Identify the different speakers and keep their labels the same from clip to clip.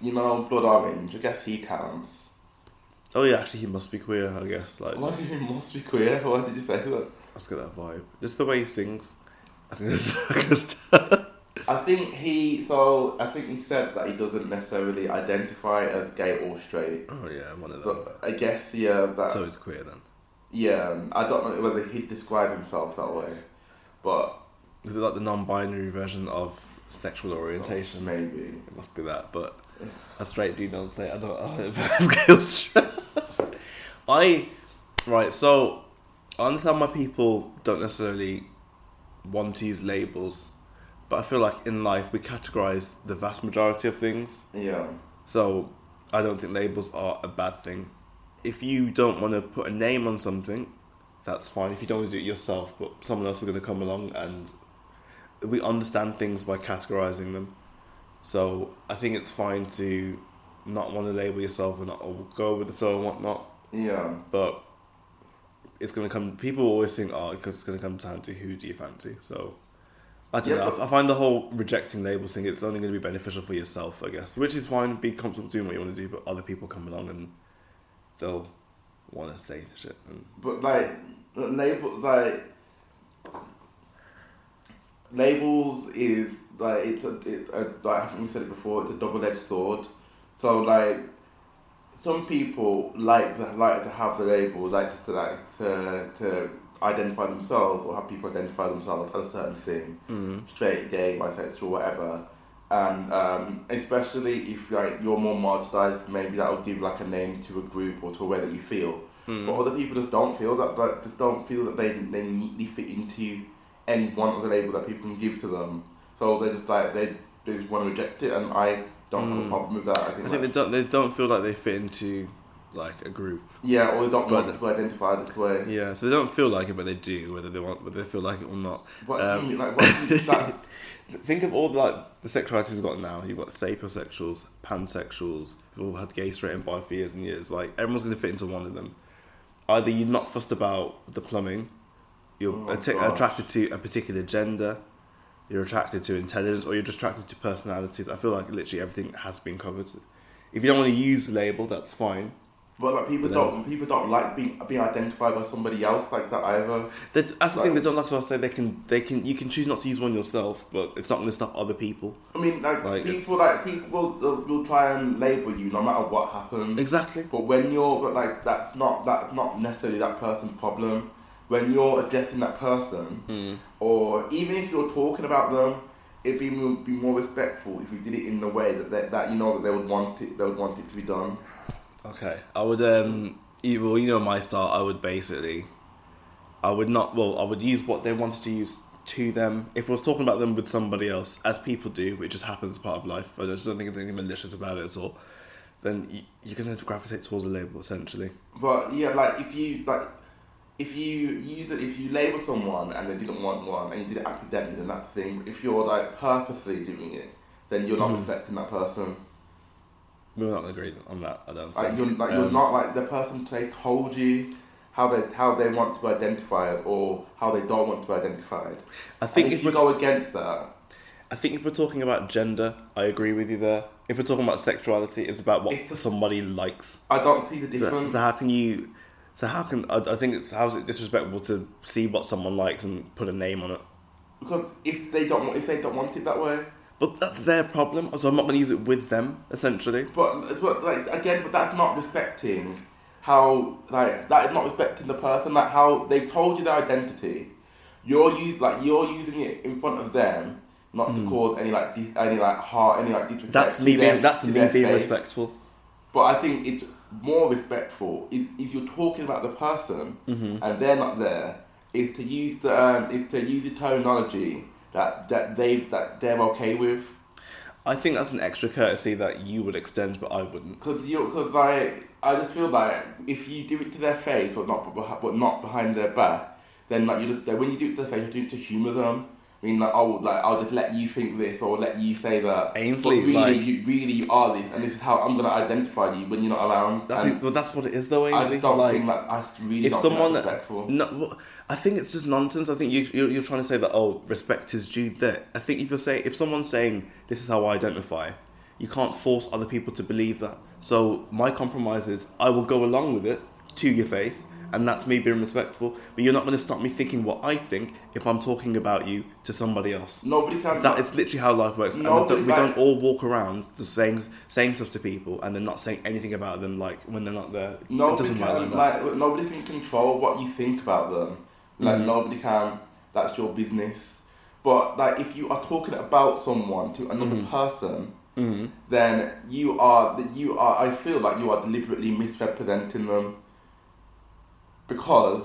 Speaker 1: you know, Blood Orange. I guess he counts.
Speaker 2: Oh yeah, actually, he must be queer. I guess like
Speaker 1: Why
Speaker 2: just,
Speaker 1: do you must be queer? Why did you say that?
Speaker 2: I just get that vibe. Just the way he sings. I can just, I can just-
Speaker 1: I think he. So I think he said that he doesn't necessarily identify as gay or straight.
Speaker 2: oh yeah, one of them.
Speaker 1: But uh, I guess yeah, that
Speaker 2: So he's queer then.
Speaker 1: yeah. um, I don't know whether he'd describe himself that way, but
Speaker 2: Is it like the non-binary version of sexual orientation?
Speaker 1: maybe.
Speaker 2: It must be that, but a straight dude doesn't say I don't I'm gay or straight. I right, so I understand why people don't necessarily want to use labels, but I feel like in life we categorize the vast majority of things.
Speaker 1: Yeah.
Speaker 2: So I don't think labels are a bad thing. If you don't want to put a name on something, that's fine. If you don't want to do it yourself, but someone else is going to come along and we understand things by categorizing them. So I think it's fine to not want to label yourself and not or go with the flow and whatnot,
Speaker 1: Yeah.
Speaker 2: but it's going to come. People always think, oh, because it's going to come down to who do you fancy. So. I don't
Speaker 1: Yeah,
Speaker 2: know.
Speaker 1: but-
Speaker 2: I- I find the whole rejecting labels thing, it's only going to be beneficial for yourself, I guess, which is fine. Be comfortable doing what you want to do, but other people come along and they'll want to say shit. And
Speaker 1: But like labels, like labels is like it's a, it's a, like I think we said it before. It's a double edged sword. So like some people like to- like to have the label, like to like to to identify themselves or have people identify themselves as a certain thing straight, gay, bisexual, whatever. And um, especially if like you're more marginalised, maybe that will give like a name to a group or to a way that you feel.
Speaker 2: Mm-hmm.
Speaker 1: But other people just don't feel that, like just don't feel that they they neatly fit into any one of the label that people can give to them. So they just like they they just want to reject it, and I don't have a
Speaker 2: Mm.
Speaker 1: problem with that. I think,
Speaker 2: I think
Speaker 1: like-
Speaker 2: they don't they don't feel like they fit into like a group.
Speaker 1: yeah, or they don't
Speaker 2: But-
Speaker 1: want to be identified this way.
Speaker 2: Yeah, so they don't feel like it, but they do, whether they want, whether they feel like it or not.
Speaker 1: What do
Speaker 2: Um,
Speaker 1: you mean? Like what do you, like,
Speaker 2: Think of all the, like the sexualities we've got now. You've got sapiosexuals, pansexuals. We've all had gay, straight, and bi for years and years. Like everyone's going to fit into one of them. Either you're not fussed about the plumbing, you're
Speaker 1: Oh,
Speaker 2: atti-
Speaker 1: gosh.
Speaker 2: attracted to a particular gender, you're attracted to intelligence, or you're just attracted to personalities. I feel like literally everything has been covered. If you don't want to use the label, that's fine.
Speaker 1: But like people
Speaker 2: But um,
Speaker 1: don't people don't like being being identified by somebody else like that either.
Speaker 2: They, that's the thing. They don't like. So I say they can. They can. You can choose not to use one yourself, but it's not going to stop other people.
Speaker 1: I mean, like,
Speaker 2: Like, it's-
Speaker 1: people like people will, they'll- will try and label you no matter what happens.
Speaker 2: Exactly.
Speaker 1: But when you're but like that's not that's not necessarily that person's problem. When you're addressing that person, or even if you're talking about them, it'd be mo- be more respectful if you did it in the way that that, that you know that they would want it they would want it to be done.
Speaker 2: Okay, I would um, you- well, you know my style. I would basically, I would not. Well, I would use what they wanted to use to them. If I was talking about them with somebody else, as people do, which just happens as part of life. I just don't think there's anything malicious about it at all. Then you, you're gonna gravitate towards a label essentially.
Speaker 1: But yeah, like if you like if you use it if you label someone and they didn't want one and you did it accidentally then that's the thing. But if you're like purposely doing it, then you're not respecting that person.
Speaker 2: We're not gonna agree on that. I don't.
Speaker 1: Like
Speaker 2: think.
Speaker 1: you're like you're
Speaker 2: Um,
Speaker 1: not like the person they told you how they how they want to be identified or how they don't want to be identified.
Speaker 2: I think
Speaker 1: And
Speaker 2: if,
Speaker 1: if you
Speaker 2: we're
Speaker 1: go against that,
Speaker 2: I think if we're talking about gender, I agree with you there. If we're talking about sexuality, it's about what
Speaker 1: It's-
Speaker 2: somebody likes.
Speaker 1: I don't see the
Speaker 2: So,
Speaker 1: difference.
Speaker 2: so how can you? So how can I, I think it's how's it disrespectful to see what someone likes and put a name on it?
Speaker 1: Because if they don't if they don't want it that way,
Speaker 2: But that's their problem. So I'm not going to use it with them. Essentially,
Speaker 1: But it's what like again, but that's not respecting how like that is not respecting the person. Like how they've told you their identity, you're use like you're using it in front of them, not to cause any like dis- any like heart, any like disrespect.
Speaker 2: Hmm. that's
Speaker 1: to
Speaker 2: me
Speaker 1: their-
Speaker 2: being that's
Speaker 1: to
Speaker 2: me
Speaker 1: their
Speaker 2: being
Speaker 1: face.
Speaker 2: respectful.
Speaker 1: But I think it's more respectful if, if you're talking about the person
Speaker 2: Mm-hmm.
Speaker 1: and they're not there. Is to use the um, is to use the terminology that that they that they're okay with.
Speaker 2: I think that's an extra courtesy that you would extend, but I wouldn't.
Speaker 1: Because you, because like I just feel like if you do it to their face, but not but, but not behind their back, then like you just, then when you do it to their face, you do it to humour them. I mean, like oh, like I'll just let you think this or let you say that.
Speaker 2: Ainsley,
Speaker 1: but really,
Speaker 2: like-
Speaker 1: you really you are this, and this is how I'm gonna identify you when you're not around.
Speaker 2: That's
Speaker 1: and
Speaker 2: it, well, that's what it is though.
Speaker 1: I
Speaker 2: Ainsley.
Speaker 1: just don't
Speaker 2: Like,
Speaker 1: think that I just really
Speaker 2: if
Speaker 1: don't
Speaker 2: someone
Speaker 1: think that's respectful.
Speaker 2: no, well, I think it's just nonsense. I think you, you're, you're trying to say that oh, respect is due there. I think if you're saying if someone's saying this is how I identify, You can't force other people to believe that. So my compromise is I will go along with it to your face, and that's me being respectful. But you're not going to stop me thinking what I think if I'm talking about you to somebody else.
Speaker 1: Nobody can.
Speaker 2: That is literally how life works.
Speaker 1: No, but
Speaker 2: and we don't- we
Speaker 1: like-
Speaker 2: don't all walk around the saying saying stuff to people and then not saying anything about them, like when they're not there. it
Speaker 1: nobody
Speaker 2: doesn't work
Speaker 1: can.
Speaker 2: like that.
Speaker 1: Like, nobody can control what you think about them. Like
Speaker 2: Mhm.
Speaker 1: nobody can. That's your business. But like, if you are talking about someone to another
Speaker 2: Mhm.
Speaker 1: person,
Speaker 2: Mhm.
Speaker 1: then you are that you are. I feel like you are deliberately misrepresenting them because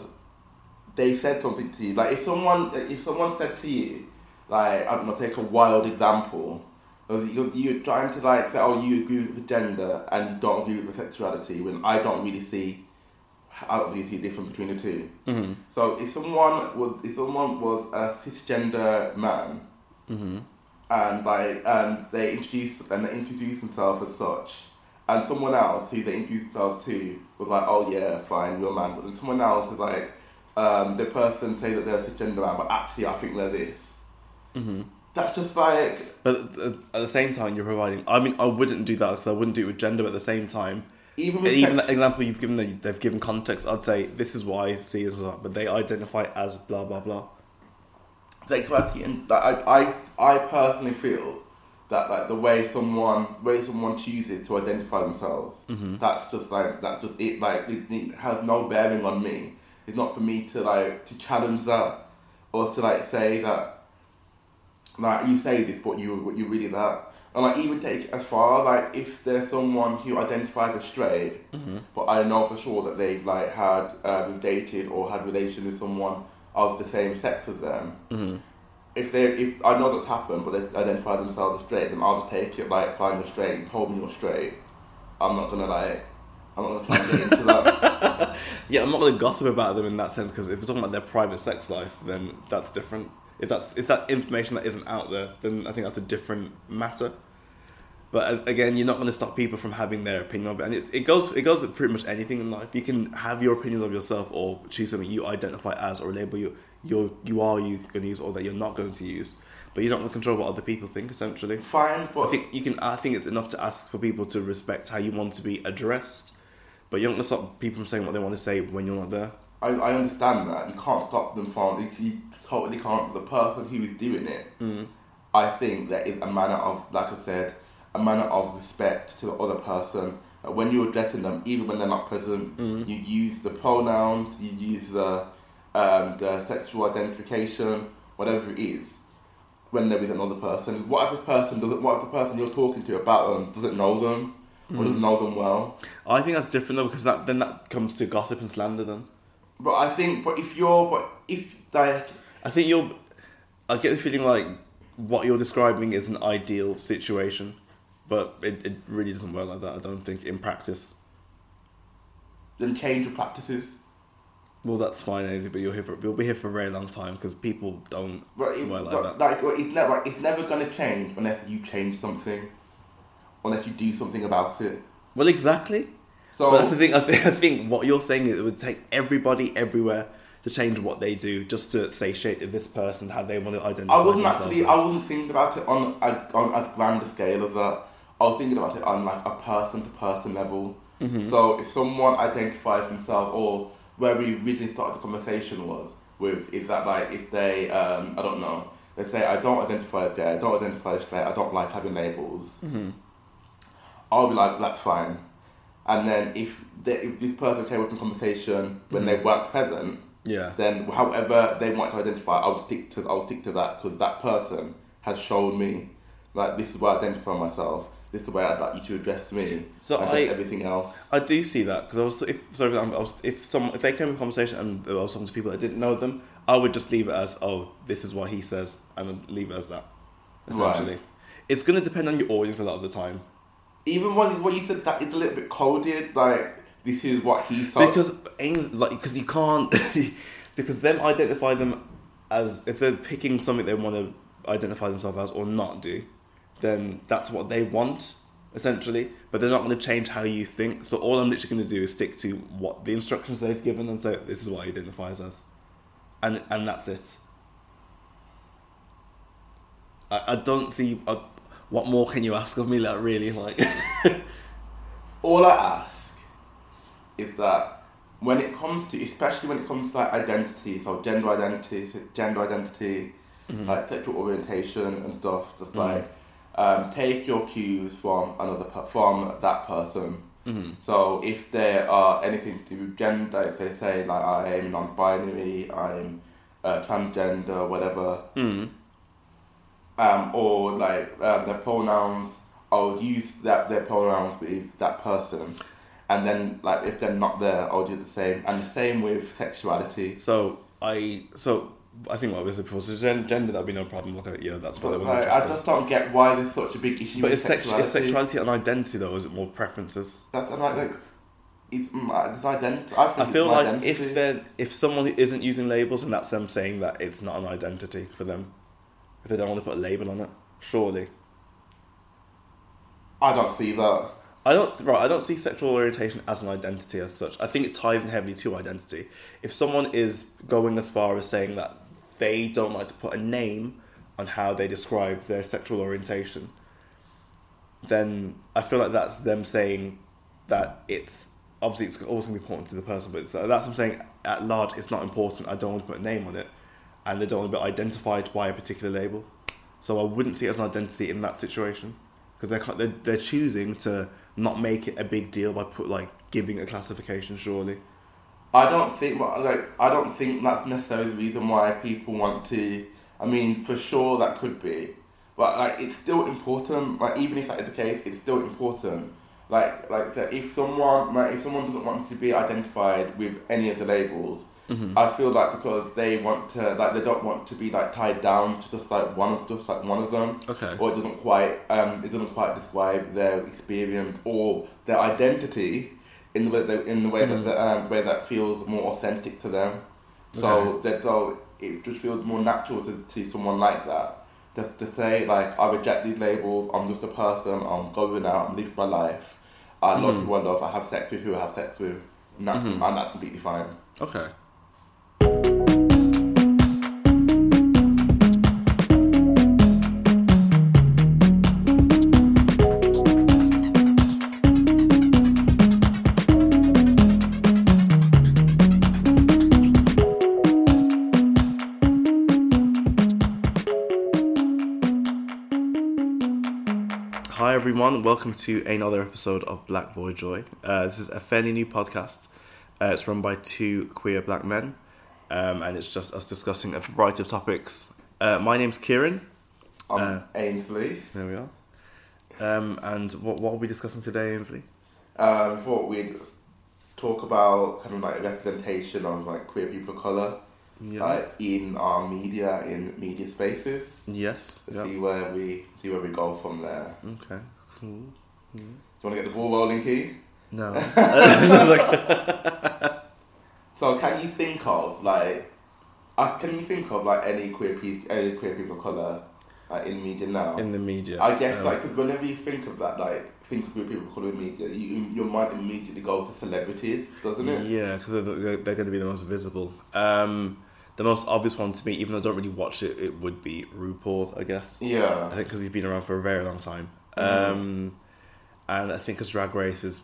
Speaker 1: they said something to you. Like if someone if someone said to you, like I'm gonna take a wild example. of you- You're trying to like say, oh, you agree with the gender and you don't agree with the sexuality. When I don't really see, I don't really see the difference between the two.
Speaker 2: Mhm.
Speaker 1: So if someone was if someone was a cisgender man,
Speaker 2: Mhm.
Speaker 1: and like and they introduce and they introduce themselves as such. And someone else who they introduced themselves to was like, "Oh yeah, fine, you're a man." But then someone else is like, um, "The person say that they're a cisgender man, but actually I think they're this."
Speaker 2: Mhm.
Speaker 1: That's just like
Speaker 2: But at the- at the same time, you're providing. I mean, I wouldn't do that because I wouldn't do it with gender. But at the same time,
Speaker 1: even with
Speaker 2: even
Speaker 1: sex-
Speaker 2: the example you've given, they- they've given context. I'd say this is why C is blah, but they identify as blah blah blah.
Speaker 1: sexuality and like, I, I I personally feel that like the way someone the way someone chooses to identify themselves that's just like that's just it like it, it has no bearing on me it's not for me to like to challenge that or to like say that like you say this but you but you really that and like even take it as far like if there's someone who identifies as straight but I know for sure that they've like had uh, they've dated or had relation with someone of the same sex as them.
Speaker 2: Mhm.
Speaker 1: If they, if I know that's happened, but they identify themselves as straight, then I'll just take it like, fine, you're straight. You told me you're straight. I'm not gonna like, I'm not gonna try and get into that.
Speaker 2: Yeah, I'm not going to gossip about them in that sense because if we're talking about their private sex life, then that's different. If that's if that information that isn't out there, then I think that's a different matter. But uh, again, you're not going to stop people from having their opinion of it, and it's, it goes it goes with pretty much anything in life. You can have your opinions of yourself, or choose something you identify as, or label you you you are you going to use, or that you're not going to use. But you're not going to control what other people think. Essentially,
Speaker 1: Fine, but
Speaker 2: I think you can. I think it's enough to ask for people to respect how you want to be addressed, but you're not gonna stop people from saying what they want to say when you're not there.
Speaker 1: I, I understand that you can't stop them from you, you totally can't. The person who is doing it, I think that is a manner of like I said, a manner of respect to the other person. Uh, When you're addressing them, even when they're not present, you use the pronouns, you use the um, the sexual identification, whatever it is. When there is another person, what if the person doesn't? What if the person you're talking to about them doesn't know them or doesn't know them well?
Speaker 2: I think that's different though because that then that comes to gossip and slander. Then
Speaker 1: But I think, but if you're, but if like,
Speaker 2: I think you're. I get the feeling like what you're describing is an ideal situation, but it, it really doesn't work like that. I don't think in practice.
Speaker 1: then change your practices.
Speaker 2: Well, that's fine, Ainsley, but you're here for you'll be here for a very long time because people don't
Speaker 1: But it,
Speaker 2: work like
Speaker 1: but,
Speaker 2: that.
Speaker 1: like, well, it's never, it's never gonna change unless you change something, unless you do something about it.
Speaker 2: Well, exactly.
Speaker 1: So
Speaker 2: But that's the thing. I, th- I think what you're saying is it would take everybody everywhere to change what they do just to satiate this person how they want to identify
Speaker 1: I wasn't
Speaker 2: themselves
Speaker 1: actually,
Speaker 2: as.
Speaker 1: I wasn't thinking about it on a, on a grander scale of that. I was thinking about it on like a person to person level. So if someone identifies themselves, or where we originally started the conversation was with, is that like if they, um, I don't know, they say I don't identify as gay, I don't identify as straight, I don't like having labels. I'll be like, that's fine. And then if, they, if this person came up in conversation when they weren't present,
Speaker 2: yeah.
Speaker 1: then however they want to identify, I'll stick to I'll stick to that because that person has shown me like this is where I identify myself. This is the way I'd like you to address me.
Speaker 2: So
Speaker 1: and
Speaker 2: I-
Speaker 1: then everything else.
Speaker 2: I do see that because I was if so for example, I was, if some if they came in conversation and I was talking to people that didn't know them, I would just leave it as oh this is what he says and I'd leave it as that. Essentially, it's going to depend on your audience a lot of the time
Speaker 1: Even when what you said that is a little bit coded, like this is what he saw.
Speaker 2: because aims like because you can't because them identify them as if they're picking something they want to identify themselves as or not do, then that's what they want essentially. But they're not going to change how you think. So all I'm literally going to do is stick to what the instructions they've given and say this is what I identify as, and and that's it. I, I don't see. I, what more can you ask of me? Like really, like
Speaker 1: All I ask is that when it comes to, especially when it comes to like identity, so gender identity, so gender identity, like sexual orientation and stuff, just like um, take your cues from another per- from that person.
Speaker 2: Mhm.
Speaker 1: So if there are anything to do with gender, if they say like I am non-binary, I'm uh, transgender, whatever,
Speaker 2: Mm.
Speaker 1: um, or like um, their pronouns. I'll use that their pronouns with that person, and then like if they're not there, I'll do the same. And the same with sexuality.
Speaker 2: So I so I think what we said before. So gen- gender, that'd be no problem. Look at it, yeah, that's what
Speaker 1: But
Speaker 2: they
Speaker 1: like,
Speaker 2: want.
Speaker 1: I just don't get why there's such a big issue
Speaker 2: But
Speaker 1: with
Speaker 2: is, sex-
Speaker 1: sexuality.
Speaker 2: is sexuality an identity though? or Is it more preferences?
Speaker 1: That's and like, like it's my it's identity. I, think
Speaker 2: I
Speaker 1: it's
Speaker 2: feel
Speaker 1: my
Speaker 2: like
Speaker 1: identity.
Speaker 2: if they are if someone isn't using labels and that's them saying that it's not an identity for them, if they don't want to put a label on it, surely
Speaker 1: I don't see that.
Speaker 2: I don't right. I don't see sexual orientation as an identity as such. I think it ties in heavily to identity. If someone is going as far as saying that they don't like to put a name on how they describe their sexual orientation, then I feel like that's them saying that it's obviously it's always going to be important to the person, but it's, uh, that's what I'm saying at large. It's not important. I don't want to put a name on it, and they don't want to be identified by a particular label. So I wouldn't see it as an identity in that situation because they can't, they're, they're choosing to not make it a big deal by put like giving a classification. Surely,
Speaker 1: I don't think well, like I don't think that's necessarily the reason why people want to. I mean, for sure that could be, but like it's still important. Like even if that is the case, it's still important. Like like that if someone like if someone doesn't want to be identified with any of the labels, I feel like because they want to like they don't want to be like tied down to just like one of just like one of them
Speaker 2: okay,
Speaker 1: or it doesn't quite um, it doesn't quite describe their experience or their identity in the way that, in the way that the, um, way that feels more authentic to them. So that so it just feels more natural to, to someone like that to, to say like I reject these labels. I'm just a person. I'm going out. I'm living my life. I love who I love. I have sex with who I have sex with. And that's, and that's completely fine.
Speaker 2: okay. Hi everyone, welcome to another episode of Black Boy Joy. Uh, this is a fairly new podcast. Uh, it's run by two queer black men, um, and it's just us discussing a variety of topics. Uh, my name's Kieran.
Speaker 1: I'm
Speaker 2: Uh,
Speaker 1: Ainsley.
Speaker 2: There we are. Um, and what, what are we discussing today, Ainsley?
Speaker 1: Um, thought we'd talk about kind of like representation of like queer people of color, like in our media, in media spaces.
Speaker 2: yes.
Speaker 1: To
Speaker 2: Yeah.
Speaker 1: See where we see where we go from there. Do
Speaker 2: Okay. Cool.
Speaker 1: you want to get the ball rolling, Key?
Speaker 2: No. It's like-
Speaker 1: So, can you think of like, uh, can you think of like any queer people, any queer people of color, like in media now?
Speaker 2: in the media.
Speaker 1: I guess
Speaker 2: Um,
Speaker 1: like because whenever you think of that, like think of queer people of color in media, you, your mind immediately goes to celebrities, doesn't it?
Speaker 2: Yeah, because they're, they're, they're going to be the most visible. Um, the most obvious one to me, even though I don't really watch it, it would be RuPaul, I guess.
Speaker 1: Yeah.
Speaker 2: I think because he's been around for a very long time,
Speaker 1: Mhm.
Speaker 2: um, and I think as Drag Race is,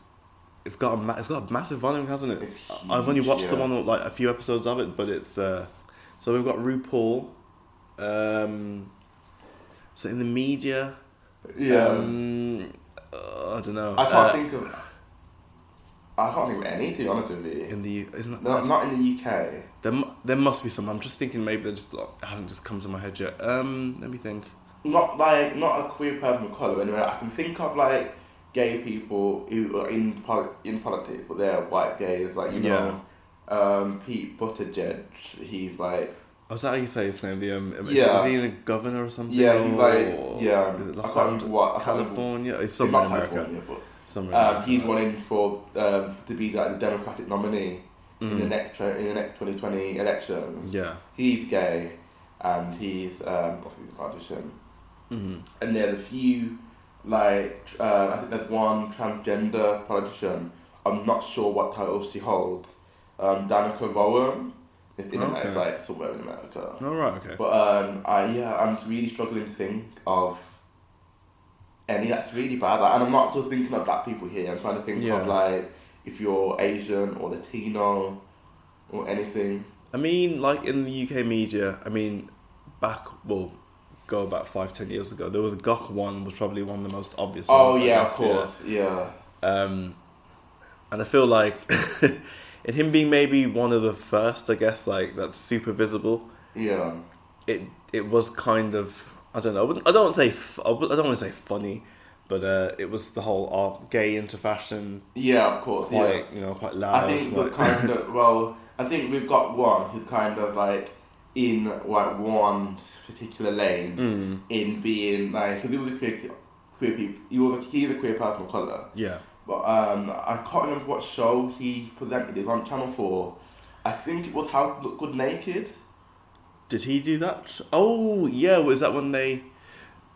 Speaker 2: it's got a ma- it's got a massive volume, hasn't it?
Speaker 1: It's
Speaker 2: I- um, I've only
Speaker 1: huge,
Speaker 2: watched
Speaker 1: yeah.
Speaker 2: the one or, like a few episodes of it, but it's uh, so we've got RuPaul. Um, so in the media,
Speaker 1: Yeah.
Speaker 2: um, uh, I don't know.
Speaker 1: I can't
Speaker 2: Uh,
Speaker 1: think of. I can't think of any. To be honest with you,
Speaker 2: in the U- isn't
Speaker 1: no,
Speaker 2: that
Speaker 1: not in the UK.
Speaker 2: there? mu- There must be some. I'm just thinking maybe they just like, haven't just come to my head yet. Um, let me think.
Speaker 1: Not like not a queer person of color. Anyway, I can think of like gay people who are in poli- in politics, but they're white gays. Like you know, um, Pete Buttigieg. He's like
Speaker 2: Oh, is that how you say his name? The um, is,
Speaker 1: Yeah.
Speaker 2: is he the governor or something?
Speaker 1: yeah, he's
Speaker 2: or-
Speaker 1: like yeah.
Speaker 2: Is it
Speaker 1: I
Speaker 2: Los
Speaker 1: can't remember
Speaker 2: Angeles?
Speaker 1: what I can't remember-
Speaker 2: California? It's
Speaker 1: He's
Speaker 2: somewhere
Speaker 1: not
Speaker 2: in America.
Speaker 1: California, but
Speaker 2: Somewhere. in
Speaker 1: um,
Speaker 2: America.
Speaker 1: he's running for um, to be like the Democratic nominee in the
Speaker 2: Mm-hmm.
Speaker 1: next in the next twenty twenty elections.
Speaker 2: Mm. Yeah.
Speaker 1: he's gay and he's um, obviously he's partition.
Speaker 2: Mhm.
Speaker 1: And there's a few, like, uh, I think there's one transgender politician. I'm not sure what title she holds. Um, Danica Rowan, if in America,
Speaker 2: Okay.
Speaker 1: like somewhere in America.
Speaker 2: All right. Okay.
Speaker 1: But um, I yeah, I'm just really struggling to think of any that's really bad. Like, and I'm not just thinking of black people here. I'm trying to think
Speaker 2: Yeah.
Speaker 1: of like if you're Asian or Latino or anything.
Speaker 2: I mean, like in the UK media, I mean, back well, go about five ten years ago, there was Gok one was probably one of the most obvious.
Speaker 1: Oh
Speaker 2: ones, I
Speaker 1: yeah, of
Speaker 2: guess,
Speaker 1: course. Yeah.
Speaker 2: Um, and I feel like in him being maybe one of the first, I guess, like that's super visible.
Speaker 1: Yeah.
Speaker 2: It it was kind of I don't know. I, wouldn't, I don't want to say f- I wou- I don't want to say funny, but uh, it was the whole uh, gay into fashion,
Speaker 1: Yeah, of course.
Speaker 2: quite
Speaker 1: yeah.
Speaker 2: you know, quite loud.
Speaker 1: I think
Speaker 2: like-
Speaker 1: we're kind of well. I think we've got one who's kind of like in like one particular lane
Speaker 2: Mm,
Speaker 1: in being like because he was a queer queer people. He was a, he's a queer person of color.
Speaker 2: yeah,
Speaker 1: But um, I can't remember what show he presented. It was on Channel Four. I think it was How to Look Good Naked.
Speaker 2: Did he do that? Oh yeah, was that when they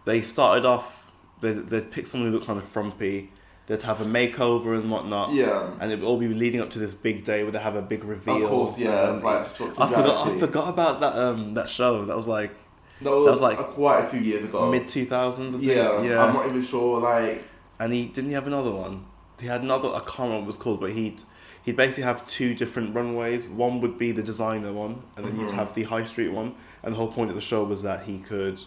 Speaker 2: they started off? They they'd pick someone who looked kind of frumpy. They'd have a makeover and whatnot,
Speaker 1: Yeah.
Speaker 2: and it would all be leading up to this big day where they have a big reveal.
Speaker 1: Of course, yeah.
Speaker 2: and
Speaker 1: like,
Speaker 2: it-
Speaker 1: Structured
Speaker 2: I forgot. I
Speaker 1: Reality.
Speaker 2: forgot about that. Um, that show that was like
Speaker 1: No, it
Speaker 2: that
Speaker 1: was,
Speaker 2: was like
Speaker 1: uh, quite a few years ago.
Speaker 2: mid two thousands.
Speaker 1: yeah,
Speaker 2: yeah.
Speaker 1: I'm not even sure. Like,
Speaker 2: and he didn't he have another one. He had another. I can't remember what it was called, but he'd he'd basically have two different runways. One would be the designer one, and then you'd
Speaker 1: Mhm.
Speaker 2: have the high street one. And the whole point of the show was that he could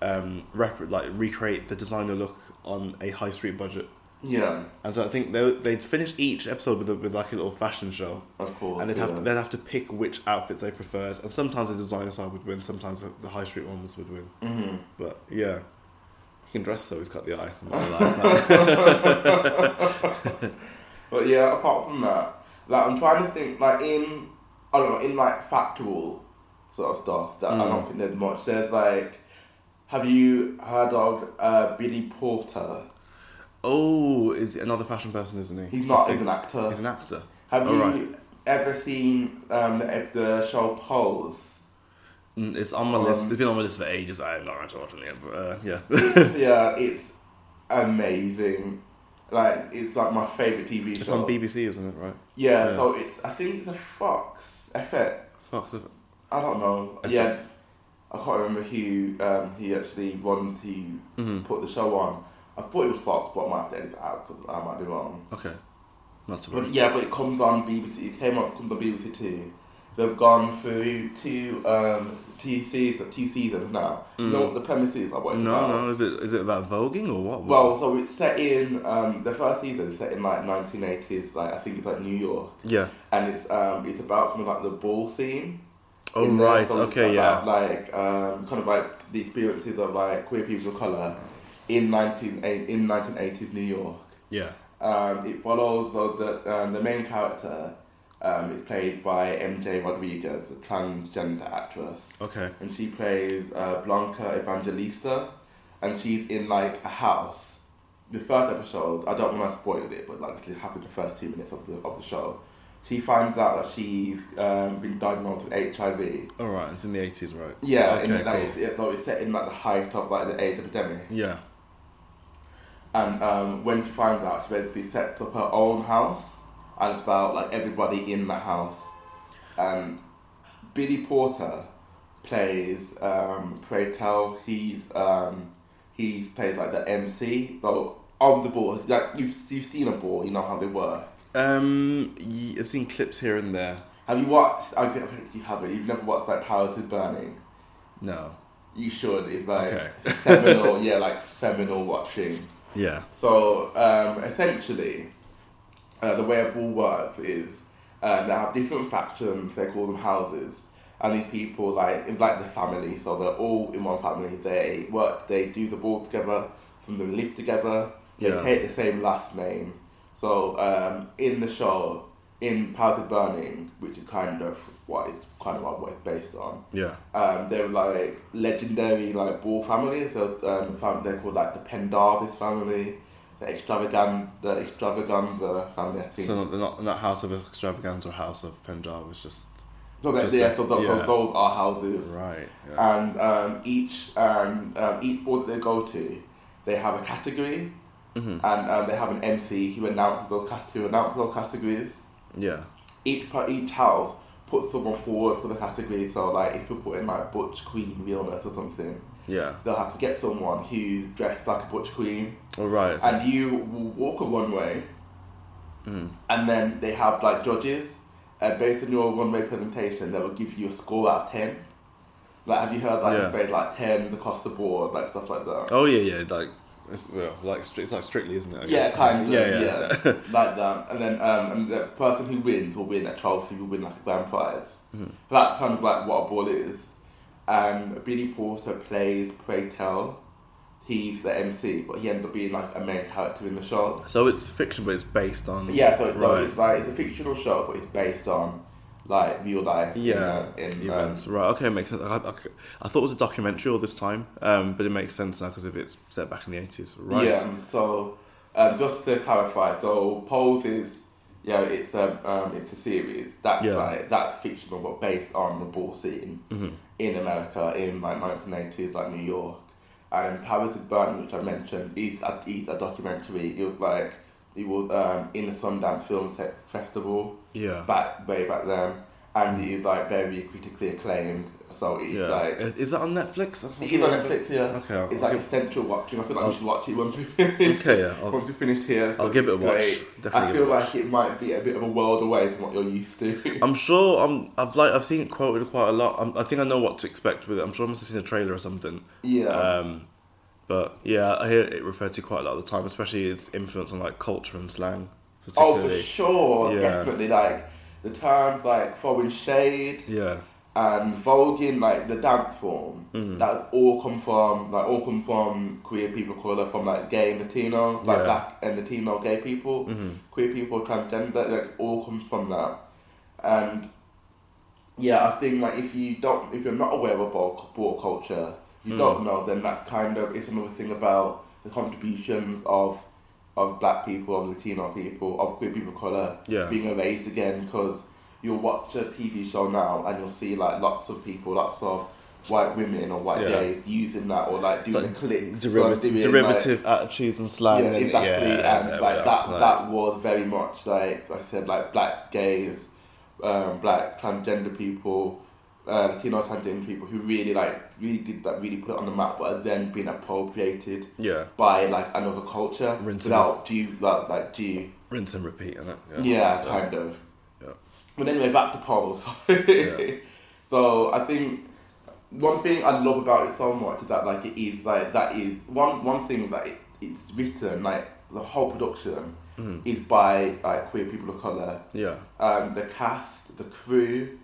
Speaker 2: um, rep- like recreate the designer look on a high street budget.
Speaker 1: yeah,
Speaker 2: And so I think they they'd finish each episode with a, with like a little fashion show,
Speaker 1: of course.
Speaker 2: and they'd
Speaker 1: yeah.
Speaker 2: have to, they'd have to pick which outfits they preferred. And sometimes the designer side would win, sometimes the- the high street ones would win.
Speaker 1: Mhm.
Speaker 2: But yeah, he can dress so he's cut the eye. I'm not gonna lie.
Speaker 1: But yeah, apart from that, like I'm trying to think, like in I don't know, in like factual sort of stuff that I
Speaker 2: Mm.
Speaker 1: don't think there's much. There's like, have you heard of uh, Billy Porter?
Speaker 2: Oh, is it another fashion person, isn't he?
Speaker 1: He's not.
Speaker 2: I
Speaker 1: He's
Speaker 2: think
Speaker 1: an actor.
Speaker 2: He's an actor.
Speaker 1: Have
Speaker 2: Oh,
Speaker 1: you
Speaker 2: right.
Speaker 1: ever seen um, the, ep- the show Pose?
Speaker 2: Mm, It's on my
Speaker 1: Um,
Speaker 2: list. It's been on my list for ages. I'm not actually watching it, but uh, yeah.
Speaker 1: yeah, it's amazing. Like it's like my favorite TV
Speaker 2: it's
Speaker 1: show.
Speaker 2: on BBC, isn't it? Right?
Speaker 1: yeah,
Speaker 2: yeah.
Speaker 1: so it's I think it's a Fox FX.
Speaker 2: Fox. is it?
Speaker 1: I don't know.
Speaker 2: FX.
Speaker 1: Yeah, I can't remember who um, he actually won to
Speaker 2: Mhm.
Speaker 1: put the show on. I thought it was Fox, but I might have to edit that out because I might be wrong.
Speaker 2: Okay. Not to
Speaker 1: But
Speaker 2: worry.
Speaker 1: yeah, but it comes on BBC. It came up comes on BBC Two. They've gone through two um, two seasons, two seasons now. Do You
Speaker 2: Mm.
Speaker 1: know what the premise is? Like what it's
Speaker 2: No,
Speaker 1: about?
Speaker 2: no. Is it is it about voguing or what?
Speaker 1: Well, so it's set in um, the first season. is set in like nineteen eighties. Like I think it's like New York,
Speaker 2: yeah.
Speaker 1: and it's um, it's about kind of like the ball scene.
Speaker 2: Oh
Speaker 1: in there.
Speaker 2: right.
Speaker 1: So it's
Speaker 2: Okay.
Speaker 1: about,
Speaker 2: Yeah.
Speaker 1: Like um, kind of like the experiences of like queer people of color in nineteen eight in nineteen eighties New York.
Speaker 2: Yeah.
Speaker 1: Um, it follows so the um, the main character um, is played by MJ Rodriguez, a transgender actress
Speaker 2: Okay.
Speaker 1: and she plays uh, Blanca Evangelista, and she's in like a house. The first episode, I don't want to spoil it, but like it happened in the first two minutes of the of the show. She finds out that she's um, been diagnosed with HIV.
Speaker 2: All right. It's in the eighties, right?
Speaker 1: Yeah,
Speaker 2: Okay.
Speaker 1: and like,
Speaker 2: cool.
Speaker 1: it's, it's, like, it's set in like the height of like the AIDS epidemic.
Speaker 2: Yeah.
Speaker 1: And um, when she finds out, she basically sets up her own house, and it's about like everybody in the house. And Billy Porter plays um, Pray Tell. He's um, he plays like the MC. So on the board, like you've you've seen a board, you know how they work.
Speaker 2: Um, ye- I've seen clips here and there.
Speaker 1: Have you watched? I don't think you haven't. You've never watched like Paris is Burning.
Speaker 2: No.
Speaker 1: You should. It's like
Speaker 2: Okay.
Speaker 1: seminal. Yeah, like seminal watching.
Speaker 2: Yeah.
Speaker 1: So um, essentially, uh, the way a ball works is uh, they have different factions. They call them houses, and these people like it's like the family. So they're all in one family. They work. They do the ball together. Some of them live together. They
Speaker 2: Yeah.
Speaker 1: take the same last name. So um, in the show, in Powers of Burning, which is kind of what is kind of what it's based on,
Speaker 2: Yeah.
Speaker 1: um, they were like legendary like ball families. So, um, fam- they're called like the Pendarvis family, the extravagan the extravaganza family. I think.
Speaker 2: So not, they're not not House of Extravaganza or House of Pendar was just
Speaker 1: so that
Speaker 2: just
Speaker 1: yeah,
Speaker 2: a-
Speaker 1: so, tho- so
Speaker 2: yeah.
Speaker 1: those are houses,
Speaker 2: right. Yeah.
Speaker 1: and um, each um, um, each board that they go to, they have a category,
Speaker 2: hmm
Speaker 1: and um, they have an MC who announces those cat- who announces those categories.
Speaker 2: Yeah.
Speaker 1: Each per each house puts someone forward for the category. So like if you're putting like butch queen realness or something.
Speaker 2: Yeah.
Speaker 1: they'll have to get someone who's dressed like a butch queen,
Speaker 2: All right.
Speaker 1: and you will walk a runway,
Speaker 2: Mm.
Speaker 1: and then they have like judges, and based on your runway presentation, they will give you a score out of ten. Like, have you heard like
Speaker 2: Yeah.
Speaker 1: the phrase like ten across the board, like stuff like that?
Speaker 2: Oh yeah, yeah. Like it's well, like stri- it's like strictly, isn't it? I
Speaker 1: Yeah,
Speaker 2: guess?
Speaker 1: kind of.
Speaker 2: Yeah,
Speaker 1: Yeah,
Speaker 2: yeah.
Speaker 1: like that. And then um, and the person who wins will win a trophy, will win like a grand prize. That's kind of like what a ball is. Um, Billy Porter plays Pray Tell. He's the MC, but he ends up being like a main character in the show.
Speaker 2: so it's fiction, but it's based on.
Speaker 1: Yeah, so it-
Speaker 2: Right.
Speaker 1: it's like it's a fictional show, but it's based on like real life. in,
Speaker 2: Yeah,
Speaker 1: uh, in, um,
Speaker 2: events. right, okay, makes sense. I, I, I thought it was a documentary all this time, um, but it makes sense now because if it's set back in the eighties, right?
Speaker 1: Yeah, um, so um, just to clarify, so Pose is, you know, it's a, um, it's a series. That's
Speaker 2: Yeah.
Speaker 1: like, that's fictional, but based on the ball scene
Speaker 2: Mhm.
Speaker 1: in America in like 1980s, like New York. And Paris is Burning, which I mentioned, is a, is a documentary. It was like, it was um, in the Sundance Film Set Festival
Speaker 2: yeah,
Speaker 1: back way back then. And it is like very critically acclaimed. So it's
Speaker 2: yeah.
Speaker 1: like,
Speaker 2: is, is that on Netflix? I
Speaker 1: it is on Netflix, yeah.
Speaker 2: Okay, I'll,
Speaker 1: It's
Speaker 2: I'll
Speaker 1: like
Speaker 2: give,
Speaker 1: essential watching. I feel like
Speaker 2: I'll-
Speaker 1: you should watch it once we finish.
Speaker 2: okay, yeah, I'll,
Speaker 1: Once we finished here,
Speaker 2: I'll give it a watch.
Speaker 1: Great.
Speaker 2: Definitely,
Speaker 1: I
Speaker 2: give it
Speaker 1: feel
Speaker 2: a watch.
Speaker 1: like it might be a bit of a world away from what you're used to.
Speaker 2: I'm sure I'm, I've like I've seen it quoted quite a lot. I'm, I think I know what to expect with it. I'm sure I must have seen a trailer or something.
Speaker 1: yeah,
Speaker 2: Um, but yeah, I hear it referred to quite a lot of the time, especially its influence on like culture and slang.
Speaker 1: oh for
Speaker 2: Particularly.
Speaker 1: sure,
Speaker 2: Yeah.
Speaker 1: definitely. Like the terms like foreign shade
Speaker 2: Yeah,
Speaker 1: and voguing, like the dance form,
Speaker 2: Mm.
Speaker 1: that all come from like all come from queer people of colour, from like gay and Latino, like
Speaker 2: Yeah.
Speaker 1: black and Latino gay people,
Speaker 2: Mhm.
Speaker 1: queer people, transgender, like all comes from that. And yeah, I think like if you don't, if you're not aware of ball, ball culture, you
Speaker 2: Mm.
Speaker 1: don't know, then that's kind of it's another thing about the contributions of of black people, of Latino people, of queer people of color
Speaker 2: Yeah.
Speaker 1: being erased again because you'll watch a TV show now and you'll see like lots of people, lots of white women or white
Speaker 2: Yeah.
Speaker 1: gays using that or like doing
Speaker 2: Like
Speaker 1: the clicks, or
Speaker 2: derivative,
Speaker 1: doing, like,
Speaker 2: derivative attitudes and slang.
Speaker 1: yeah,
Speaker 2: and-
Speaker 1: exactly.
Speaker 2: yeah, there
Speaker 1: and
Speaker 2: we
Speaker 1: like
Speaker 2: are,
Speaker 1: that,
Speaker 2: like-
Speaker 1: that was very much like, like I said, like black gays, um, black transgender people, uh, Latino transgender people who really like really did that, really put it on the map, but are then being appropriated
Speaker 2: Yeah,
Speaker 1: by like another culture
Speaker 2: Rinse and
Speaker 1: without due like, like due
Speaker 2: rinse and repeat, innit?
Speaker 1: yeah, kind of.
Speaker 2: Yeah.
Speaker 1: But anyway, back to polls.
Speaker 2: Yeah.
Speaker 1: So I think one thing I love about it so much is that like it is like that is one one thing that it, it's written like the whole production
Speaker 2: Mhm.
Speaker 1: is by like queer people of color.
Speaker 2: Yeah,
Speaker 1: Um, the cast, the crew.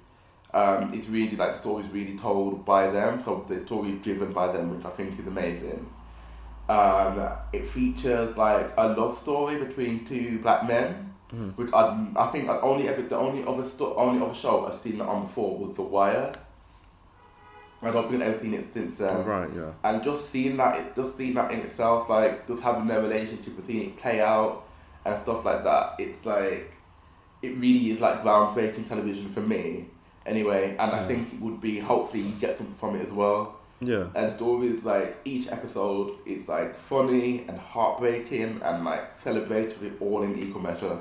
Speaker 1: Um, it's really like the story's really told by them, so the story is driven by them, which I think is amazing. Um, it features like a love story between two black men,
Speaker 2: Mhm.
Speaker 1: which I, I think I only ever the only other sto- only other show I've seen that on before was The Wire. I don't think I've ever seen it since um, then.
Speaker 2: right, yeah.
Speaker 1: And just seeing that, it just seeing that in itself, like just having their relationship and seeing it play out and stuff like that, it's like it really is like groundbreaking television for me. Anyway, and I
Speaker 2: Yeah.
Speaker 1: think it would be hopefully you get something from it as well.
Speaker 2: Yeah,
Speaker 1: And the story is like each episode is like funny and heartbreaking and like celebratory all in equal measure.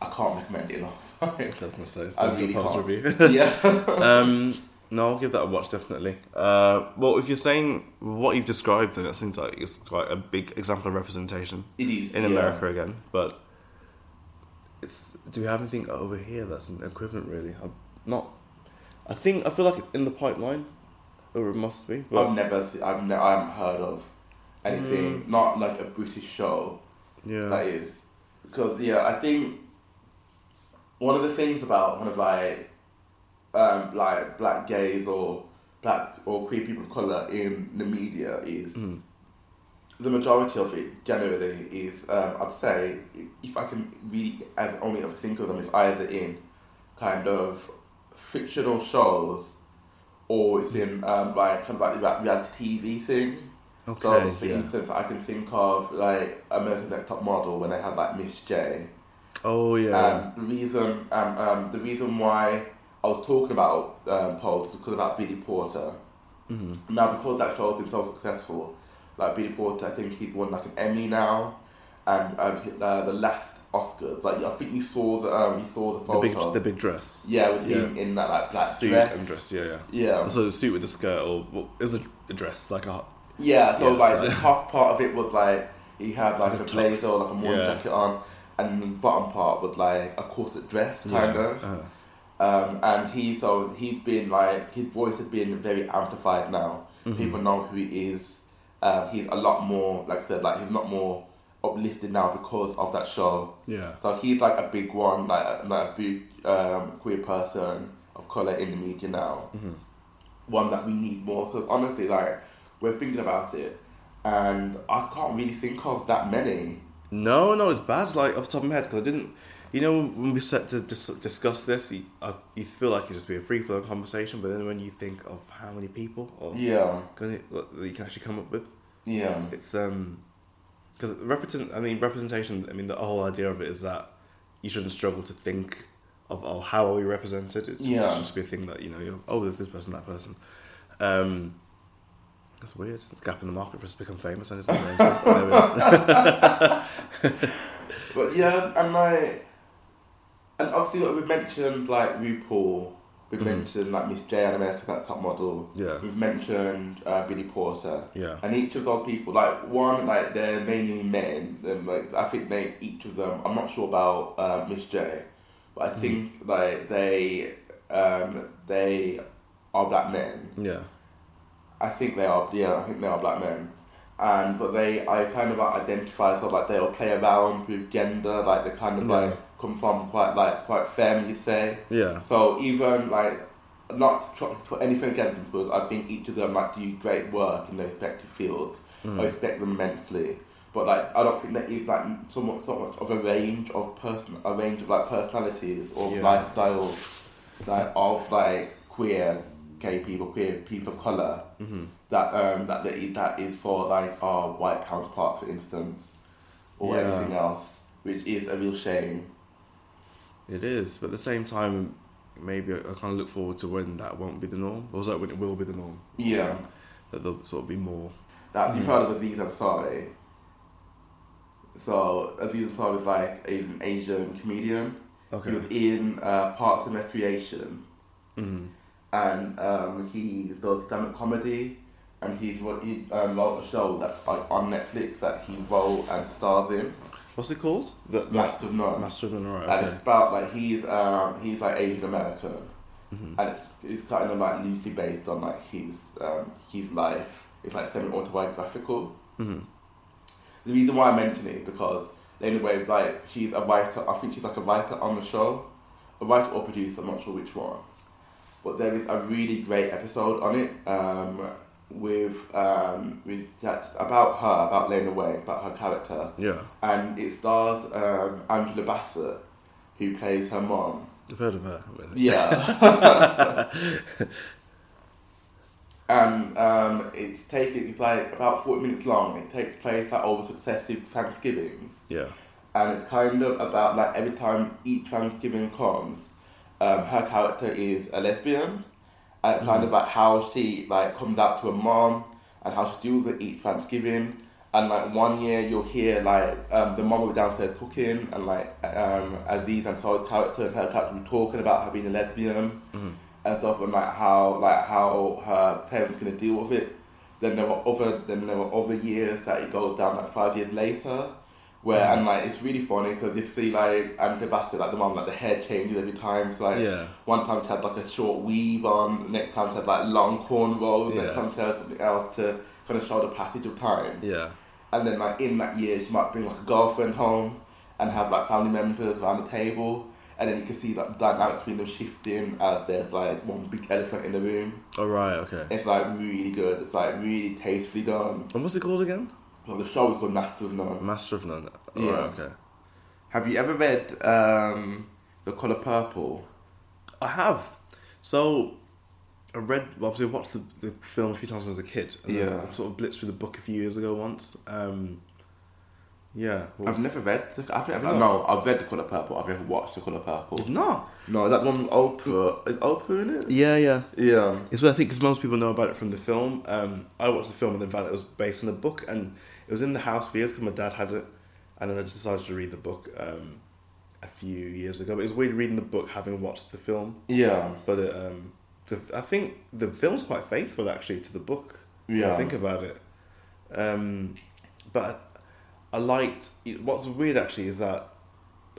Speaker 1: I can't recommend it enough.
Speaker 2: that's my say. It's
Speaker 1: I
Speaker 2: time to
Speaker 1: really
Speaker 2: pause
Speaker 1: can't.
Speaker 2: review.
Speaker 1: yeah.
Speaker 2: um, no, I'll give that a watch definitely. Uh, well, if you're saying what you've described, then that seems like it's quite a big example of representation
Speaker 1: It is.
Speaker 2: in
Speaker 1: yeah.
Speaker 2: America again. But it's do we have anything over here that's an equivalent? Really, I'm not. I think I feel like it's in the pipeline, or it must be. But
Speaker 1: I've never se I've ne- I haven't heard of anything, not like a British show
Speaker 2: yeah,
Speaker 1: that is. Because, yeah, I think one of the things about one of like, um, like black gays or black or queer people of colour in the media is
Speaker 2: Mm.
Speaker 1: the majority of it generally is um, I'd say if I can really I've only ever think of them is either in kind of fictional shows or it's in um, like kind of like the reality TV thing.
Speaker 2: okay,
Speaker 1: so for
Speaker 2: yeah.
Speaker 1: instance, I can think of like American Next Top Model when they had like Miss J.
Speaker 2: Oh yeah,
Speaker 1: Um, the reason um, um, the reason why I was talking about um, polls was because about Billy Porter.
Speaker 2: Mhm.
Speaker 1: Now, because that show's been so successful, like Billy Porter, I think he's won like an Emmy now, and um, he- uh, the last Oscars. Like I think you saw the um, you saw the
Speaker 2: The
Speaker 1: photo.
Speaker 2: big, the big dress.
Speaker 1: yeah, with
Speaker 2: yeah.
Speaker 1: him in that like black
Speaker 2: suit
Speaker 1: dress.
Speaker 2: and dress, yeah, yeah.
Speaker 1: Yeah,
Speaker 2: So the suit with the skirt, or well, it was a, a dress, like a
Speaker 1: yeah. So
Speaker 2: Yeah,
Speaker 1: like the
Speaker 2: right.
Speaker 1: top part of it was like he had like,
Speaker 2: Like
Speaker 1: a
Speaker 2: a tux.
Speaker 1: blazer or like a morning
Speaker 2: Yeah.
Speaker 1: jacket on, and the bottom part was like a corset dress kind
Speaker 2: yeah,
Speaker 1: of.
Speaker 2: uh,
Speaker 1: Um, and he's so he's been like his voice has been very amplified now.
Speaker 2: Mhm.
Speaker 1: People know who he is. Um, he's a lot more like I said, like he's not more uplifted now because of that show.
Speaker 2: yeah,
Speaker 1: So he's like a big one, like a, like a big um, queer person of color in the media now.
Speaker 2: Mhm.
Speaker 1: One that we need more. Because honestly, like we're thinking about it, and I can't really think of that many.
Speaker 2: No, no, it's bad. Like off the top of my head, because I didn't. You know, when we set to dis- discuss this, you, I, you feel like it's just be a free flowing conversation. But then when you think of how many people or
Speaker 1: Yeah,
Speaker 2: can it- like, that you can actually come up with,
Speaker 1: yeah,
Speaker 2: it's um, because represent. I mean, representation. I mean, the whole idea of it is that you shouldn't struggle to think of oh, how are we represented. It's
Speaker 1: Yeah.
Speaker 2: it should just be a thing that you know. You're, oh, there's this person, that person. Um, that's weird. It's a gap in the market for us to become famous, and it's not going to. There we are.
Speaker 1: but yeah, and like, and obviously like, we mentioned like RuPaul. We
Speaker 2: Mhm.
Speaker 1: mentioned like Miss J and America's Next Top Model.
Speaker 2: Yeah,
Speaker 1: We've mentioned uh, Billy Porter.
Speaker 2: yeah,
Speaker 1: And each of those people, like one, like they're mainly men. And, like I think they each of them. I'm not sure about uh, Miss J, but I think like they um, they are black men.
Speaker 2: yeah.
Speaker 1: I think they are. Yeah, I think they are black men. And but they, I kind of like, identify sort of like they'll play around with gender. Like they kind of
Speaker 2: Yeah.
Speaker 1: like come from quite like quite femme, you'd say.
Speaker 2: Yeah,
Speaker 1: So even like not to try- put anything against them because I think each of them like do great work in their respective fields.
Speaker 2: Hmm.
Speaker 1: I respect them immensely. But like I don't think there is like so much so much of a range of person a range of like personalities or
Speaker 2: Yeah.
Speaker 1: lifestyles like of like queer gay people, queer people of colour
Speaker 2: hmm
Speaker 1: that um that that is, that is for like our white counterparts for instance. Or
Speaker 2: Yeah.
Speaker 1: anything else. Which is a real shame.
Speaker 2: it is. But at the same time, maybe I, I kind of look forward to when that won't be the norm, or is that when it will be the norm?
Speaker 1: Yeah.
Speaker 2: that there'll sort of be more.
Speaker 1: that you've
Speaker 2: Mm.
Speaker 1: heard of Aziz Ansari. So Aziz Ansari is like an Asian comedian.
Speaker 2: Okay.
Speaker 1: He was in uh, Parks and Recreation,
Speaker 2: Mm.
Speaker 1: and um, he does stand-up comedy, and he's what he um, wrote a show that's like on Netflix that he wrote and stars in.
Speaker 2: What's it called? The
Speaker 1: Master of None.
Speaker 2: Master of None. Right.
Speaker 1: And
Speaker 2: Okay.
Speaker 1: it's about like he's um, he's like Asian American,
Speaker 2: Mhm.
Speaker 1: and it's it's kind of like loosely based on like his um, his life. It's like semi autobiographical.
Speaker 2: Mhm.
Speaker 1: The reason why I mention it is because Lena Wave's like she's a writer. I think she's like a writer on the show, a writer or producer. I'm not sure which one, but there is a really great episode on it um, with um, with that's about her, about Lena Wave, about her character,
Speaker 2: Yeah,
Speaker 1: and it stars um, Angela Bassett, who plays her mom.
Speaker 2: I've heard of her. really.
Speaker 1: Yeah. and um, it's taking it's like about forty minutes long. It takes place like over successive Thanksgivings
Speaker 2: Yeah.
Speaker 1: and it's kind of about like every time each Thanksgiving comes, um, her character is a lesbian, and it's kind of like how she like comes out to her mom and how she deals with each Thanksgiving. And like one year, you'll hear like um, the mom will be downstairs cooking, and like um, Aziz and Sol's character and her character will be talking about her being a lesbian
Speaker 2: Mhm.
Speaker 1: and stuff, and like how like how her parents gonna deal with it. Then there were other then there were other years that it goes down like five years later, where and like it's really funny because you see like Angela Bassett like the mom like the hair changes every time. So like
Speaker 2: yeah.
Speaker 1: one time she had like a short weave on, next time she had like long cornrows,
Speaker 2: Yeah.
Speaker 1: next time she had something else to kind of show the passage of time.
Speaker 2: Yeah.
Speaker 1: And then like in that year, she might bring like a girlfriend home and have like family members around the table. And then you can see like the dynamic between them shifting as there's like one big elephant in the room.
Speaker 2: All right. Okay.
Speaker 1: It's like really good. It's like really tastefully done.
Speaker 2: And what's it called again?
Speaker 1: So the show is called Masters None.
Speaker 2: Master of None. All right.
Speaker 1: Yeah.
Speaker 2: Okay.
Speaker 1: Have you ever read um, The Color Purple?
Speaker 2: I have. So I read, well, obviously, I watched the, the film a few times when I was a kid. And then
Speaker 1: Yeah.
Speaker 2: I sort of blitzed through the book a few years ago once. Um, yeah. Well,
Speaker 1: I've never read. The, I've never.
Speaker 2: Have you
Speaker 1: No, I've read The Color Purple. I've never watched The Color Purple.
Speaker 2: no.
Speaker 1: No, that one with Oprah. Is Oprah in it?
Speaker 2: Yeah, yeah.
Speaker 1: Yeah.
Speaker 2: It's what I think because most people know about it from the film. Um, I watched the film and then found out it was based on a book, and it was in the house for years because my dad had it, and then I just decided to read the book um, a few years ago. But it's weird reading the book having watched the film.
Speaker 1: Yeah.
Speaker 2: But it, um, the, I think the film's quite faithful actually to the book. when I
Speaker 1: Yeah.
Speaker 2: think about it. Um, but I liked what's weird actually is that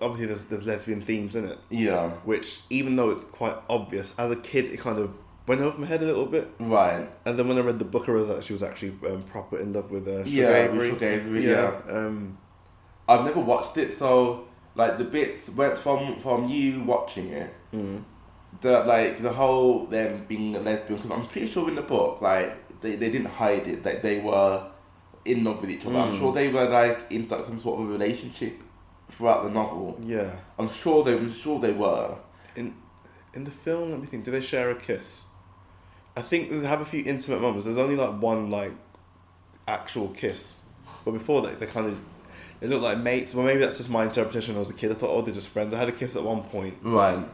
Speaker 2: obviously there's there's lesbian themes in it,
Speaker 1: Yeah.
Speaker 2: which even though it's quite obvious as a kid, it kind of went over my head a little bit.
Speaker 1: Right.
Speaker 2: And then when I read the book, I realized that she was actually um, proper in love with uh, Sugar
Speaker 1: Yeah,
Speaker 2: Avery.
Speaker 1: Sugar Avery, yeah.
Speaker 2: Um,
Speaker 1: I've never watched it, so like the bits went from from you watching it,
Speaker 2: mm.
Speaker 1: the like the whole them being a lesbian. Because I'm pretty sure in the book, like they, they didn't hide it, like they were in love with each other. I'm
Speaker 2: Mm.
Speaker 1: sure they were like in like, some sort of relationship throughout the novel.
Speaker 2: yeah.
Speaker 1: I'm sure they I'm sure they were.
Speaker 2: In the film, let me think. Do they share a kiss? I think they have a few intimate moments. There's only like one like actual kiss, but before that, they kind of they look like mates. Well, maybe that's just my interpretation. When I was a kid, I thought, oh, they're just friends. I had a kiss at one point.
Speaker 1: Right.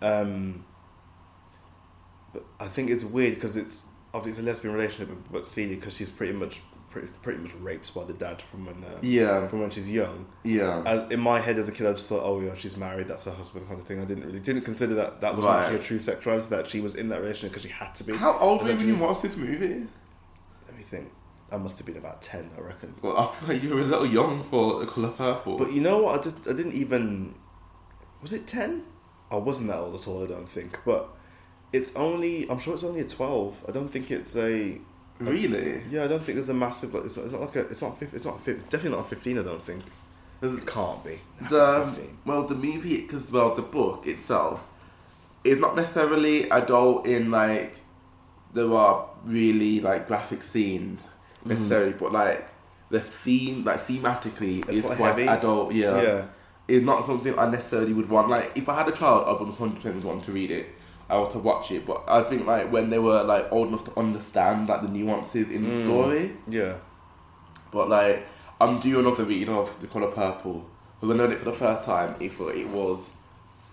Speaker 2: Um, but I think it's weird because it's obviously it's a lesbian relationship, but, but Celia because she's pretty much pretty, pretty much raped by the dad from when uh,
Speaker 1: Yeah.
Speaker 2: from when she's young.
Speaker 1: Yeah.
Speaker 2: As, in my head as a kid, I just thought, oh yeah, she's married, that's her husband kind of thing. I didn't really didn't consider that that was
Speaker 1: Right.
Speaker 2: actually her true sexuality that she was in that relationship because she had to be.
Speaker 1: How old were you
Speaker 2: Let
Speaker 1: when
Speaker 2: me-
Speaker 1: you watched this movie?
Speaker 2: Let me think. I must have been about ten, I reckon.
Speaker 1: Well, I feel like you were a little young for the colour purple.
Speaker 2: But you know what? I just I didn't even was it ten? I wasn't that old at all. I don't think. But it's only I'm sure it's only a twelve. I don't think it's a
Speaker 1: really,
Speaker 2: yeah. I don't think there's a massive like it's not, it's not like a it's not fif- it's not fif- it's definitely not a fifteen. I don't think it can't be. That's not
Speaker 1: the
Speaker 2: 15.
Speaker 1: well, the movie because well, the book itself is not necessarily adult in like there are really like graphic scenes
Speaker 2: Mm-hmm.
Speaker 1: necessarily, but like the theme, like thematically,
Speaker 2: They're
Speaker 1: is
Speaker 2: quite
Speaker 1: quite,
Speaker 2: heavy.
Speaker 1: adult. Yeah.
Speaker 2: yeah.
Speaker 1: it's not something I necessarily would want. Like if I had a child, I would one hundred percent want to read it. I want to watch it, but I think like when they were like old enough to understand like the nuances in the
Speaker 2: Mm.
Speaker 1: story.
Speaker 2: Yeah.
Speaker 1: But like, I'm doing another reading of The Color Purple. When I read it for the first time, it, wa- it was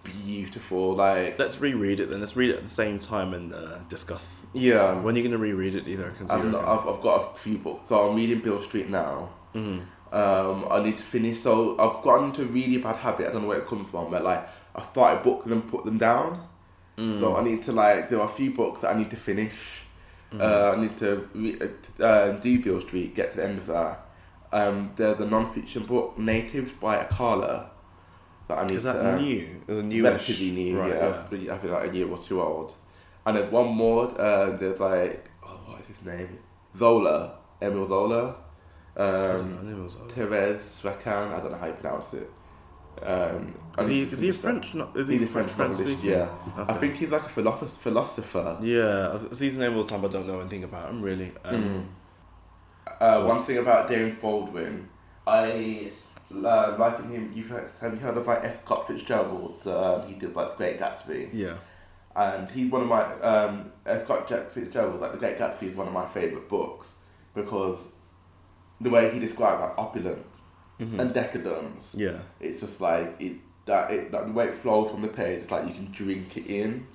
Speaker 1: beautiful. Like,
Speaker 2: Let's reread it then. Let's read it at the same time and uh, discuss.
Speaker 1: yeah,
Speaker 2: When are you going to reread it? You know, can
Speaker 1: I've, not, I've, I've got a few books. So I'm reading Bill Street now.
Speaker 2: Mhm.
Speaker 1: Um, I need to finish. So I've gotten into a really bad habit. I don't know where it comes from, but like, I started books and then put them down.
Speaker 2: Mm.
Speaker 1: So I need to like, there are a few books that I need to finish.
Speaker 2: Mm-hmm.
Speaker 1: Uh, I need to re- uh, t- uh, do Bill Street, get to the end of that. Um, there's a non-fiction book, Natives by Akala, that I need
Speaker 2: Is that
Speaker 1: to... um,
Speaker 2: new? The
Speaker 1: relatively new,
Speaker 2: right,
Speaker 1: yeah, pretty- I think like a year or two old. And then one more, uh, there's like, oh, what is his name? Zola, Emil Zola,
Speaker 2: I don't know, I
Speaker 1: um,
Speaker 2: knew it was old.
Speaker 1: Therese Racan, I don't know how you pronounce it. Um, I
Speaker 2: Is
Speaker 1: need
Speaker 2: he,
Speaker 1: to
Speaker 2: is he a
Speaker 1: finish that.
Speaker 2: French? No, is
Speaker 1: He's
Speaker 2: he
Speaker 1: a French novelist,
Speaker 2: speaking?
Speaker 1: yeah. I
Speaker 2: Okay.
Speaker 1: think he's like a philosopher. philosopher. Hmm.
Speaker 2: Yeah, I've seen his name all the time. but I don't know anything about him really. Um,
Speaker 1: Uh, one thing about James Baldwin, I uh, liking him. You've heard, have you heard of like F. Scott Fitzgerald? Um, he did like Great Gatsby.
Speaker 2: Yeah.
Speaker 1: and he's one of my um, uh, Scott Jack Fitzgerald, like The Great Gatsby, is one of my favourite books because the way he described like opulence
Speaker 2: Mhm.
Speaker 1: and decadence,
Speaker 2: Yeah.
Speaker 1: it's just like it that it that the way it flows from the page, it's like you can drink it in.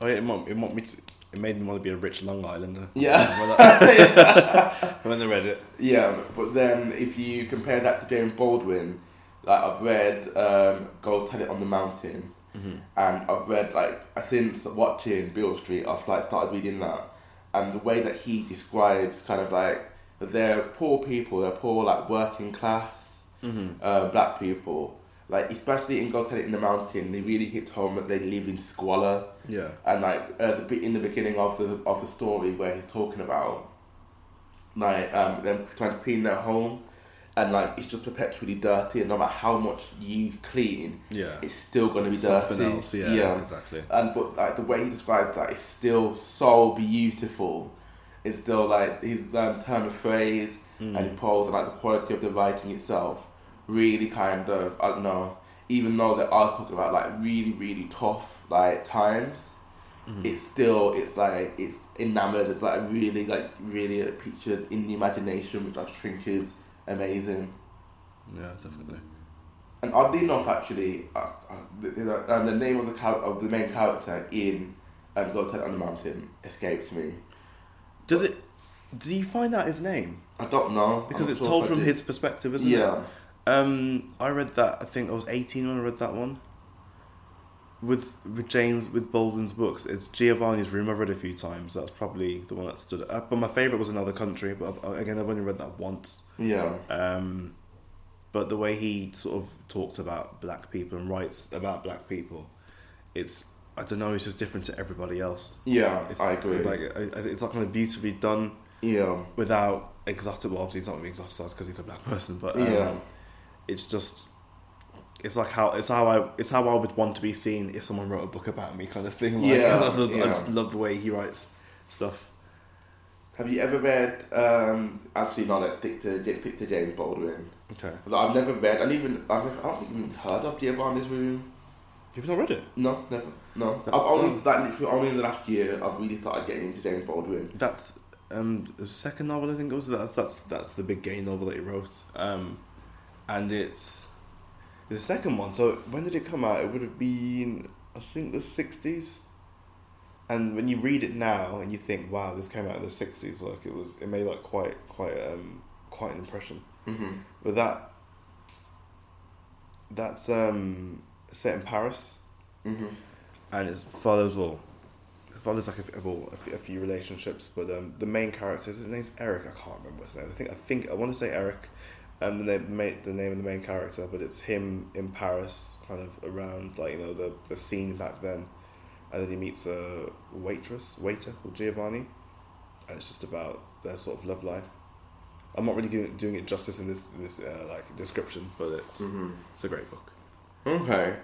Speaker 2: Oh yeah, it, want, it, want me to, it made me want to be a rich Long Islander.
Speaker 1: Yeah.
Speaker 2: When I, when I read it.
Speaker 1: Yeah, but then if you compare that to James Baldwin, like I've read um, Gold Tell It on the Mountain, and I've read like since watching Beale Street, I've like started reading that, and the way that he describes kind of like they're poor people, they're poor like working class uh, black people, like especially in Gold Tell It in the Mountain, they really hit home that they live in squalor
Speaker 2: Yeah.
Speaker 1: and like uh, the, be- in the beginning of the of the story where he's talking about like um, them trying to clean their home, and like it's just perpetually dirty, and no matter how much you clean,
Speaker 2: Yeah.
Speaker 1: it's still going to be
Speaker 2: Something
Speaker 1: dirty.
Speaker 2: else. Yeah, Exactly.
Speaker 1: And but like the way he describes that is still so beautiful. It's still like his um, term of phrase and his prose and like the quality of the writing itself really kind of I don't know. Even though they are talking about like really really tough like times, it's still it's like it's enamored. It's like really like really pictured in the imagination, which I just think is amazing.
Speaker 2: Yeah, definitely.
Speaker 1: And oddly enough, actually, uh, uh, the, the, uh, the name of the char- of the main character in um, Go Ted on the Mountain escapes me.
Speaker 2: Does it? Did you find out his name?
Speaker 1: I don't know.
Speaker 2: Because
Speaker 1: I'm
Speaker 2: it's
Speaker 1: not sure
Speaker 2: told
Speaker 1: if I
Speaker 2: from
Speaker 1: did.
Speaker 2: his perspective, isn't it?
Speaker 1: yeah.
Speaker 2: Um, I read that. I think I was eighteen when I read that one. With with James with Baldwin's books, it's Giovanni's Room. I've read a few times. That's probably the one that stood. Up. But my favorite was Another Country. But I've, again, I've only read that once.
Speaker 1: Yeah.
Speaker 2: Um, but the way he sort of talks about black people and writes about black people, it's I don't know. It's just different to everybody else.
Speaker 1: Yeah,
Speaker 2: It's
Speaker 1: I agree.
Speaker 2: Like I- I- it's like kind of beautifully done
Speaker 1: yeah.
Speaker 2: without exotic. Well, obviously, he's not really exoticized because he's a black person, but um,
Speaker 1: Yeah.
Speaker 2: it's just it's like how it's how I it's how I would want to be seen if someone wrote a book about me, kind of thing. Like,
Speaker 1: Yeah,
Speaker 2: 'cause I, just,
Speaker 1: yeah.
Speaker 2: I just love the way he writes stuff.
Speaker 1: Have you ever read? Um, actually, no. Let's stick to let's stick to James Baldwin.
Speaker 2: Okay,
Speaker 1: Like, I've never read. and even I've never, I don't think I've even heard of Giovanni's Room.
Speaker 2: you've not read it.
Speaker 1: No, never. No.
Speaker 2: That's-
Speaker 1: I've only like literally only in the last year I've really started getting into James Baldwin.
Speaker 2: That's um the second novel I think it was. That's that's that's the big gay novel that he wrote. Um, and it's it's the second one. So when did it come out? It would have been I think the sixties. And when you read it now and you think, wow, this came out in the sixties, like it was, it made like quite quite um quite an impression.
Speaker 1: Mm-hmm.
Speaker 2: But that that's um set in Paris
Speaker 1: Mm-hmm.
Speaker 2: and it follows well, it follows like a, f- well, a, f- a few relationships, but um, the main character is his name's Eric. I can't remember his name. I think I think I want to say Eric, and the name ma- the name of the main character, but it's him in Paris, kind of around like you know the the scene back then, and then he meets a waitress waiter called Giovanni, and it's just about their sort of love life. I'm not really doing, doing it justice in this in this uh, like description, but it's
Speaker 1: Mm-hmm.
Speaker 2: it's a great book
Speaker 1: Okay.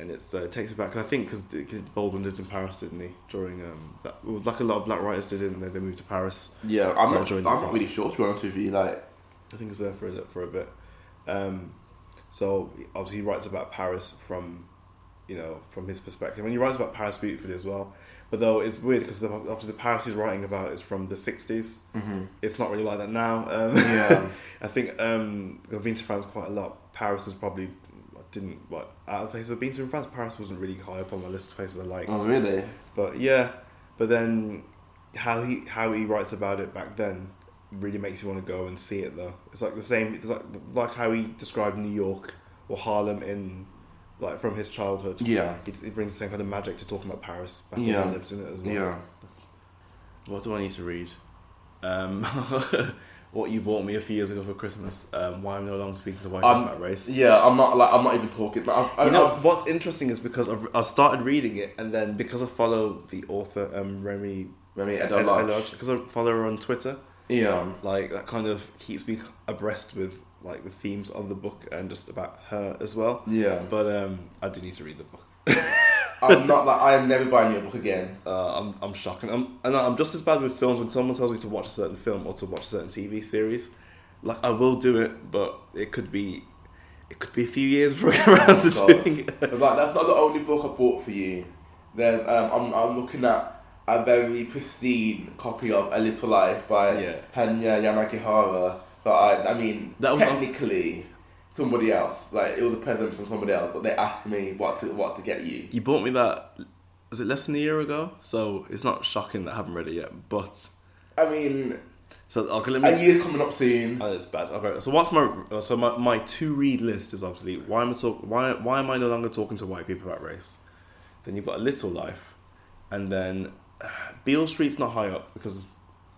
Speaker 2: and it's, uh, it takes it back. 'cause I think because Baldwin lived in Paris, didn't he? During um, that, well, like a lot of black writers did, and then they moved to Paris.
Speaker 1: Yeah, I'm
Speaker 2: Not
Speaker 1: not. I'm
Speaker 2: joining the
Speaker 1: not
Speaker 2: club.
Speaker 1: really sure to be honest with you. Like,
Speaker 2: I think he was there for a, for a bit. Um, so obviously he writes about Paris from, you know, from his perspective, and he writes about Paris beautifully as well. But though it's weird because obviously the Paris he's writing about is from the '60s.
Speaker 1: mm-hmm.
Speaker 2: It's not really like that now. Um,
Speaker 1: yeah,
Speaker 2: I think um, I've been to France quite a lot. Paris is probably I didn't what out of places I've been to in France. Paris wasn't really high up on my list of places I liked.
Speaker 1: oh really?
Speaker 2: But yeah, but then how he how he writes about it back then really makes you want to go and see it though. It's like the same. It's like like how he described New York or Harlem in like from his childhood.
Speaker 1: Yeah,
Speaker 2: He, he brings the same kind of magic to talking about Paris back
Speaker 1: Yeah.
Speaker 2: when he lived in it as well.
Speaker 1: yeah.
Speaker 2: What do I need to read? Um, what you bought me a few years ago for Christmas. Um, why I'm no longer speaking to white
Speaker 1: Um,
Speaker 2: about race.
Speaker 1: Yeah, I'm not like I'm not even talking. But I've,
Speaker 2: You
Speaker 1: I've-
Speaker 2: know what's interesting is because I've, I started reading it, and then because I follow the author um, Remy
Speaker 1: Remy Adelaide.
Speaker 2: because I follow her on Twitter,
Speaker 1: Yeah,
Speaker 2: like that kind of keeps me abreast with like the themes of the book and just about her as well.
Speaker 1: yeah.
Speaker 2: But um, I do need to read the book.
Speaker 1: I'm not like I am never buying your book again.
Speaker 2: Uh, I'm I'm shocked, and I'm and I'm just as bad with films. When someone tells me to watch a certain film or to watch a certain TV series, like I will do it, but it could be, it could be a few years before I get around to
Speaker 1: God.
Speaker 2: doing it.
Speaker 1: I was like, that's not the only book I bought for you. Then um, I'm, I'm looking at a very pristine copy of A Little Life by
Speaker 2: Yeah.
Speaker 1: Hanya Yanagihara. But I, I mean,
Speaker 2: That was-
Speaker 1: technically, somebody else. Like it was a present from somebody else, but they asked me what to what to get you.
Speaker 2: You bought me that. Was it less than a year ago? So it's not shocking that I haven't read it yet. But
Speaker 1: I mean,
Speaker 2: so okay, let me.
Speaker 1: a year's coming up soon.
Speaker 2: Oh, that's bad. Okay, so what's my uh, so my, my two read list is obviously why am I talk, why why am I no longer talking to white people about race? Then you've got a little life, and then Beale Street's not high up because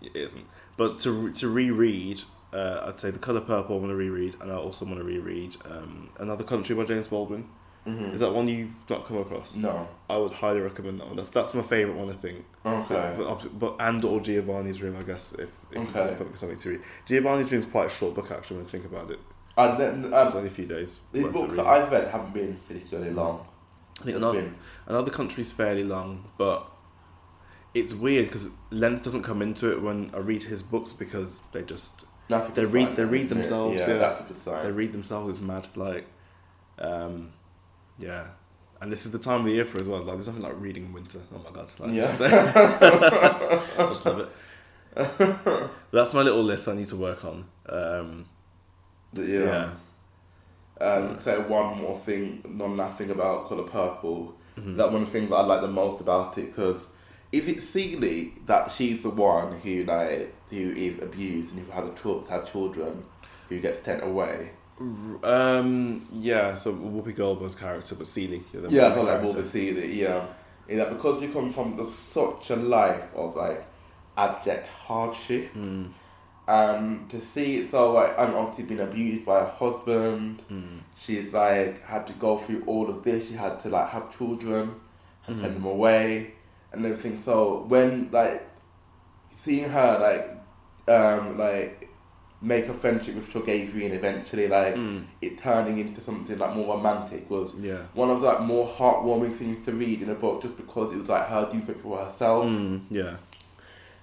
Speaker 2: it isn't. But to re- to reread, uh, I'd say The Color Purple I want to reread, and I also want to reread um, Another Country by James Baldwin.
Speaker 1: Mm-hmm.
Speaker 2: Is that one you've not come across?
Speaker 1: No.
Speaker 2: I would highly recommend that one. That's that's my favorite one I think.
Speaker 1: Okay.
Speaker 2: But, obvi- but and or Giovanni's Room, I guess, if, if you
Speaker 1: Okay.
Speaker 2: can think of something to read. Giovanni's Room's quite a short book, actually, when I think about it.
Speaker 1: And then
Speaker 2: it's
Speaker 1: um,
Speaker 2: only a few days.
Speaker 1: the
Speaker 2: worth of
Speaker 1: books that
Speaker 2: reading.
Speaker 1: I've read haven't been particularly long.
Speaker 2: I think another,
Speaker 1: Been-
Speaker 2: another country's fairly long, but it's weird because length doesn't come into it when I read his books because they just
Speaker 1: that's a good
Speaker 2: they read-
Speaker 1: sign,
Speaker 2: they read
Speaker 1: isn't it?
Speaker 2: themselves, yeah.
Speaker 1: that's a good sign.
Speaker 2: they read themselves. It's mad, like, um, yeah. And this is the time of the year for it as well. Like, there's nothing like reading in winter. Oh my god! Like,
Speaker 1: Yeah.
Speaker 2: just- I just love it. That's my little list I need to work on. Um,
Speaker 1: Yeah. Um, say one more thing, one last thing about Colour Purple.
Speaker 2: Mhm.
Speaker 1: That one of the things that I like the most about it because is it Seeley that she's the one who like who is abused and who has a child, had children who gets sent away?
Speaker 2: Um, yeah, so Whoopi Goldberg's character, but Seeley. Yeah,
Speaker 1: Yeah, I feel like Wolverine see that, yeah. Is that because you come from the, such a life of like abject hardship,
Speaker 2: Mm,
Speaker 1: um, to see it so like I'm obviously been abused by a husband.
Speaker 2: mm,
Speaker 1: She's like had to go through all of this. She had to like have children and send
Speaker 2: Mhm.
Speaker 1: them away and everything. So when like seeing her like um like make a friendship with Togavi and eventually like
Speaker 2: mm,
Speaker 1: it turning into something like more romantic was
Speaker 2: Hmm, yeah.
Speaker 1: one of the like, more heartwarming things to read in a book just because it was like her doing something for herself
Speaker 2: Mm, yeah.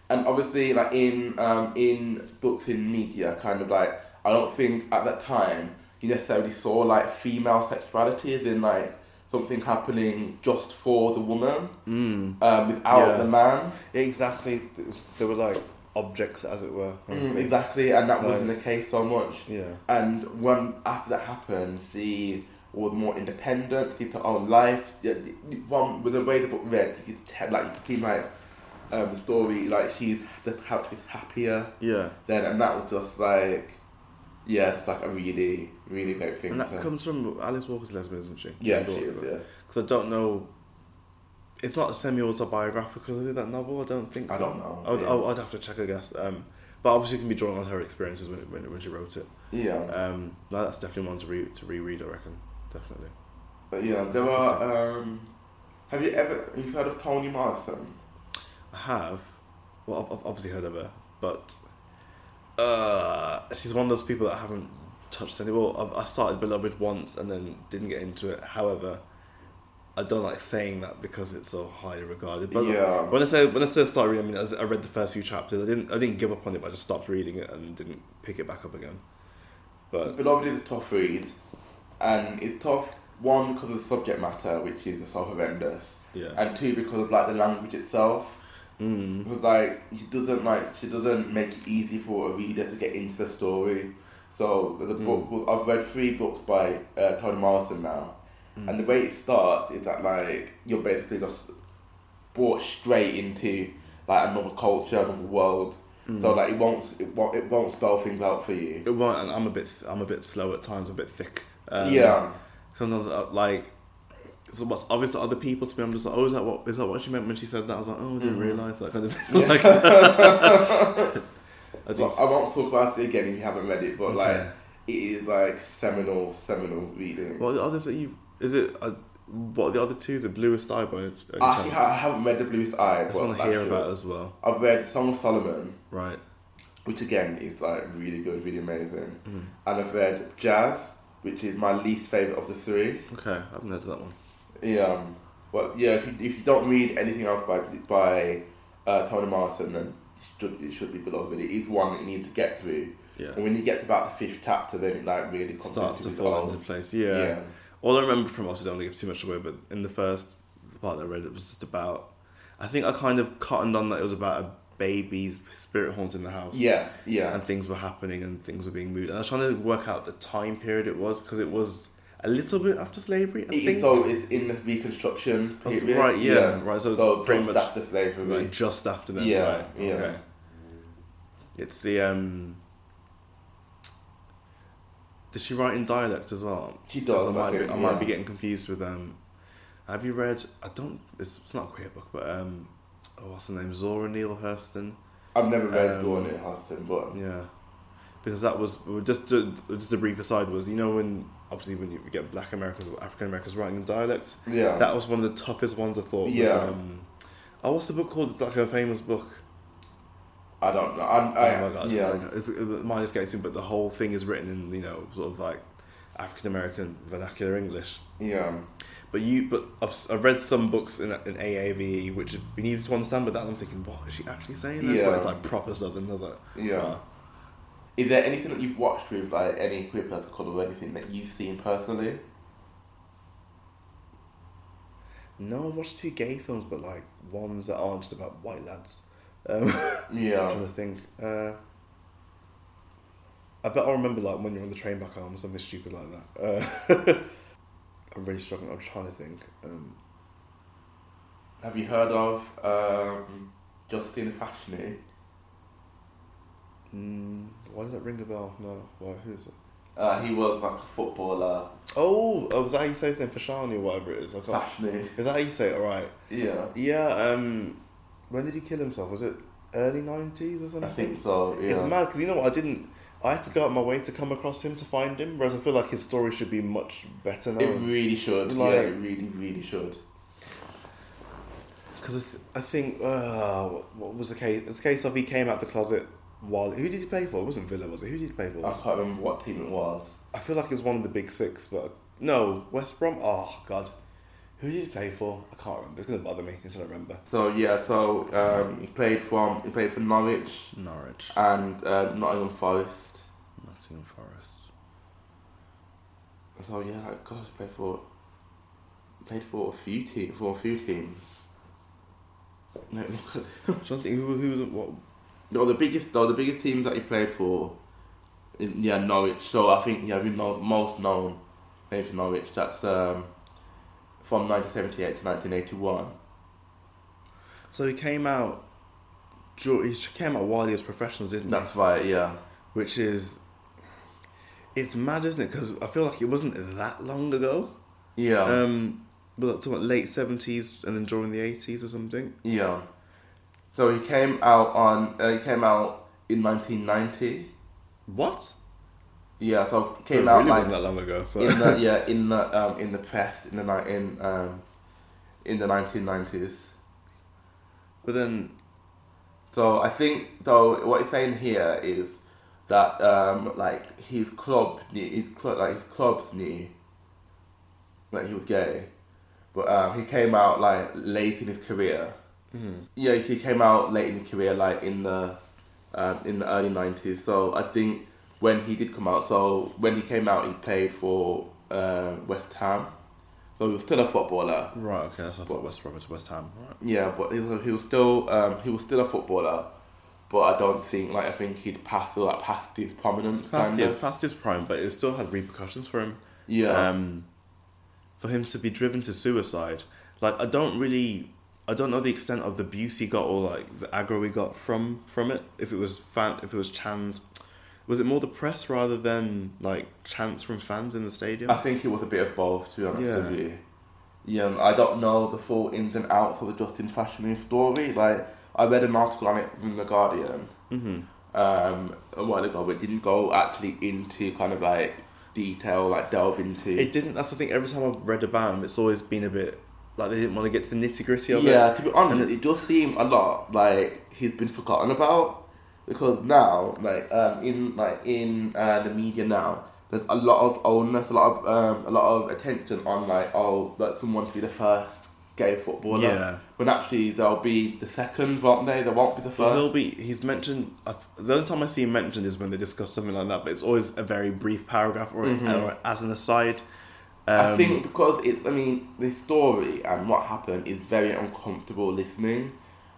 Speaker 1: and obviously like in um, in books in media kind of like i don't think at that time you necessarily saw like female sexuality as in like something happening just for the woman
Speaker 2: Mm.
Speaker 1: um, without
Speaker 2: Yeah.
Speaker 1: the man
Speaker 2: Exactly. They were like objects, as it were.
Speaker 1: Mm, exactly and that wasn't
Speaker 2: Right.
Speaker 1: the case so much
Speaker 2: Yeah.
Speaker 1: and when after that happened she was more independent lived her own life yeah, the- from with the way the book read you could tell like you could see like um, the story like she's the character is happier
Speaker 2: Yeah.
Speaker 1: then and that was just like yeah just like a really really great thing
Speaker 2: And that
Speaker 1: to,
Speaker 2: comes from Alice Walker's lesbian, isn't she?
Speaker 1: yeah she is yeah
Speaker 2: Because I don't know. It's not semi autobiographical, is it? That novel, I don't think.
Speaker 1: I
Speaker 2: so.
Speaker 1: don't know,
Speaker 2: I would,
Speaker 1: yeah.
Speaker 2: I would- I'd have to check, I guess. Um, but obviously, it can be drawn on her experiences when when, when she wrote it.
Speaker 1: yeah
Speaker 2: Um, no, that's definitely one to re to reread. I reckon, definitely.
Speaker 1: but yeah there are um have you ever you've heard of Toni Morrison
Speaker 2: I have. Well, I've, I've obviously heard of her, but uh, she's one of those people that I haven't touched any. Well, I've, I started Beloved once and then didn't get into it. However, I don't like saying that because it's so highly regarded. But
Speaker 1: yeah
Speaker 2: when I say when I say start reading, I mean I s- I read the first few chapters. I didn't I didn't give up on it, but I just stopped reading it and didn't pick it back up again. But
Speaker 1: Beloved is a tough read, and it's tough one because of the subject matter, which is so horrendous,
Speaker 2: yeah,
Speaker 1: and two because of like the language itself.
Speaker 2: mm,
Speaker 1: Because like she doesn't like she doesn't make it easy for a reader to get into the story. So the, the
Speaker 2: Mm.
Speaker 1: book was, I've read three books by uh, Toni Morrison now,
Speaker 2: Hmm.
Speaker 1: and the way it starts is that like you're basically just brought straight into like another culture, another world.
Speaker 2: Hmm.
Speaker 1: So like it won't it won't it won't spell things out for you.
Speaker 2: Mm. it won't, and I'm a bit th- I'm a bit slow at times, a bit thick. Um,
Speaker 1: yeah.
Speaker 2: sometimes uh, like so what's obvious to other people to me I'm just like oh is that what is that what she meant when she said that I was like oh I didn't
Speaker 1: Mhm.
Speaker 2: realise that kind of thing
Speaker 1: Yeah.
Speaker 2: like I
Speaker 1: Well,
Speaker 2: think
Speaker 1: I won't talk about it again if you haven't read it, but
Speaker 2: Okay.
Speaker 1: like it is like seminal, seminal reading.
Speaker 2: what are the others that you is it uh, what are the other two the bluest eye by any any
Speaker 1: Actually,
Speaker 2: chance?
Speaker 1: I haven't read The Bluest Eye,
Speaker 2: I just
Speaker 1: but
Speaker 2: want to
Speaker 1: I
Speaker 2: hear
Speaker 1: should.
Speaker 2: about it as well
Speaker 1: I've read Song of Solomon,
Speaker 2: right
Speaker 1: which again is like really good, really amazing.
Speaker 2: mm.
Speaker 1: And I've read Jazz, which is my least favourite of the three.
Speaker 2: okay I haven't heard of that one
Speaker 1: Yeah, um, but yeah, if you, if you don't read anything else by by uh, Toni Morrison, then it should, it should be beloved. It is one that you need to get through. And
Speaker 2: yeah
Speaker 1: when you get to about the fifth chapter, then it like really comes
Speaker 2: starts to
Speaker 1: into its
Speaker 2: fall
Speaker 1: own.
Speaker 2: into place yeah. all I remember from obviously don't want to give too much away but in the first part that I read it was just about I think I kind of cottoned on that it was about a baby's spirit haunt in the house
Speaker 1: Yeah, yeah.
Speaker 2: and things were happening and things were being moved. And I was trying to work out the time period it was because it was a little bit after slavery. I
Speaker 1: It
Speaker 2: think.
Speaker 1: is, so it's in the Reconstruction
Speaker 2: I was-
Speaker 1: period.
Speaker 2: right, yeah, right. So it's
Speaker 1: So
Speaker 2: pretty
Speaker 1: just
Speaker 2: much
Speaker 1: after slavery.
Speaker 2: like, just after then.
Speaker 1: Yeah,
Speaker 2: right,
Speaker 1: yeah.
Speaker 2: Okay. It's the um. Does she write in dialect as well?
Speaker 1: She does,
Speaker 2: 'Cause I
Speaker 1: I
Speaker 2: might, be,
Speaker 1: think,
Speaker 2: I might
Speaker 1: yeah.
Speaker 2: be getting confused with um. Have you read? I don't. It's, it's not a queer book, but um. Oh, what's the name? Zora Neale Hurston.
Speaker 1: I've never read
Speaker 2: Um,
Speaker 1: Dawn in Huston, but
Speaker 2: Yeah, because that was just to, just a brief aside was you know when obviously when you get Black Americans or African Americans writing in dialect,
Speaker 1: yeah.
Speaker 2: that was one of the toughest ones I thought. Was,
Speaker 1: Yeah.
Speaker 2: Um, oh, what's the book called? It's like a famous book.
Speaker 1: I don't know. I, I,
Speaker 2: oh my god!
Speaker 1: yeah.
Speaker 2: It's, it, mine is getting but the whole thing is written in you know sort of like African American vernacular English.
Speaker 1: yeah.
Speaker 2: But you, but I've, s- I've read some books in, in AAVE E, which have been easy to understand, but that I'm thinking, what is she actually saying? That's
Speaker 1: Yeah.
Speaker 2: like, it's like proper Southern. I was like,
Speaker 1: Yeah.
Speaker 2: wow.
Speaker 1: Is there anything that you've watched with like any queer protocol or anything that you've seen personally?
Speaker 2: No, I've watched a few gay films, but like ones that aren't just about white lads. Um, I'm
Speaker 1: Yeah.
Speaker 2: trying to think. Uh, I bet I remember like when you're on the train back home, something stupid like that. Uh, I'm really struggling. I'm trying to think. Um,
Speaker 1: Have you heard of um, Justin Fashanu?
Speaker 2: mm, why does that ring a bell? No, why? Who is it?
Speaker 1: Uh, he was like a footballer,
Speaker 2: Oh, oh, is that how you say his name? Fashani or whatever it is. I can't.
Speaker 1: fashioning.
Speaker 2: Is that how you say it? All right.
Speaker 1: Yeah,
Speaker 2: Yeah. Um, when did he kill himself? Was it early nineties or
Speaker 1: I
Speaker 2: something?
Speaker 1: think so. Yeah.
Speaker 2: It's mad because you know what? I didn't. I had to go out my way to come across him to find him, whereas I feel like his story should be much better
Speaker 1: It
Speaker 2: now.
Speaker 1: really should.
Speaker 2: Like-
Speaker 1: yeah, it really, really should.
Speaker 2: Because I, th- I think uh, what, what was the case? It was a case of he came out the closet while who did he play for? It wasn't Villa, was it? Who did he play for?
Speaker 1: I can't remember what team it was.
Speaker 2: I feel like it was one of the big six, but no, West Brom. Oh God, who did he play for? I can't remember. It's gonna bother me until I remember.
Speaker 1: So yeah, so um, he played from he played for Norwich
Speaker 2: Norwich,
Speaker 1: and uh, Nottingham Forest.
Speaker 2: Nottingham Forest.
Speaker 1: So yeah, like, God, he played for played for a few team for a few teams. No, look at
Speaker 2: I'm trying to think who, who was what.
Speaker 1: No, the biggest though the biggest teams that he played for, in, yeah, Norwich. So I think yeah, we know most known name for Norwich. That's um, from nineteen seventy eight to nineteen eighty one.
Speaker 2: So he came out. dur- He came out while he was professional, didn't he?
Speaker 1: That's right. Yeah.
Speaker 2: Which is, it's mad, isn't it? Because I feel like it wasn't that long ago.
Speaker 1: Yeah.
Speaker 2: Um, we're talking about late seventies and then during the eighties or something.
Speaker 1: yeah. So he came out on uh, he came out in nineteen ninety.
Speaker 2: What?
Speaker 1: Yeah. So
Speaker 2: So it
Speaker 1: came out
Speaker 2: really
Speaker 1: like
Speaker 2: wasn't that long ago. but-
Speaker 1: in the yeah in the um, in the press in the ni- in um, in the nineteen nineties.
Speaker 2: but then,
Speaker 1: So I think though what it's saying here is that um, like his club knew his club like his clubs knew that he was gay, but um, he came out like late in his career.
Speaker 2: hmm.
Speaker 1: Yeah, he came out late in his career, like in the um, in the early nineties. So I think when he did come out, so when he came out, he played for uh, West Ham. So he was still a footballer.
Speaker 2: right? Okay, that's what I thought. West Brom to West Ham. Right.
Speaker 1: Yeah, but he was, he was still um, he was still a footballer, but I don't think like I think he'd passed like past his prominence.
Speaker 2: Past,
Speaker 1: kind
Speaker 2: yes,
Speaker 1: of.
Speaker 2: past his prime, but it still had repercussions for him.
Speaker 1: Yeah,
Speaker 2: um, for him to be driven to suicide. Like I don't really, I don't know the extent of the abuse he got or like the aggro he got from from it. If it was fan, if it was Chan's, was it more the press rather than like chants from fans in the stadium?
Speaker 1: I think it was a bit of both. To be honest
Speaker 2: Yeah.
Speaker 1: with you, yeah, and I don't know the full ins and outs of the Justin Fashioning story. Like I read an article on it in the Guardian
Speaker 2: mm-hmm.
Speaker 1: um, a while ago, but it didn't go actually into kind of like detail, like delve into.
Speaker 2: It didn't. That's the thing. Every time I've read about him, it's always been a bit like they didn't want to get to the nitty gritty of it.
Speaker 1: yeah, to be honest,
Speaker 2: And
Speaker 1: it does seem a lot like he's been forgotten about because now, like um, in like in uh, the media now, there's a lot of onus, a lot of um, a lot of attention on like oh, like someone to be the first gay footballer.
Speaker 2: Yeah.
Speaker 1: When actually they'll be the second, won't they? They won't be the
Speaker 2: Well,
Speaker 1: first.
Speaker 2: he'll be. He's mentioned. i the only time I see him mentioned is when they discuss something like that, but it's always a very brief paragraph or,
Speaker 1: Mhm.
Speaker 2: or as an aside. um,
Speaker 1: I think because it's, I mean, the story and what happened is very uncomfortable listening,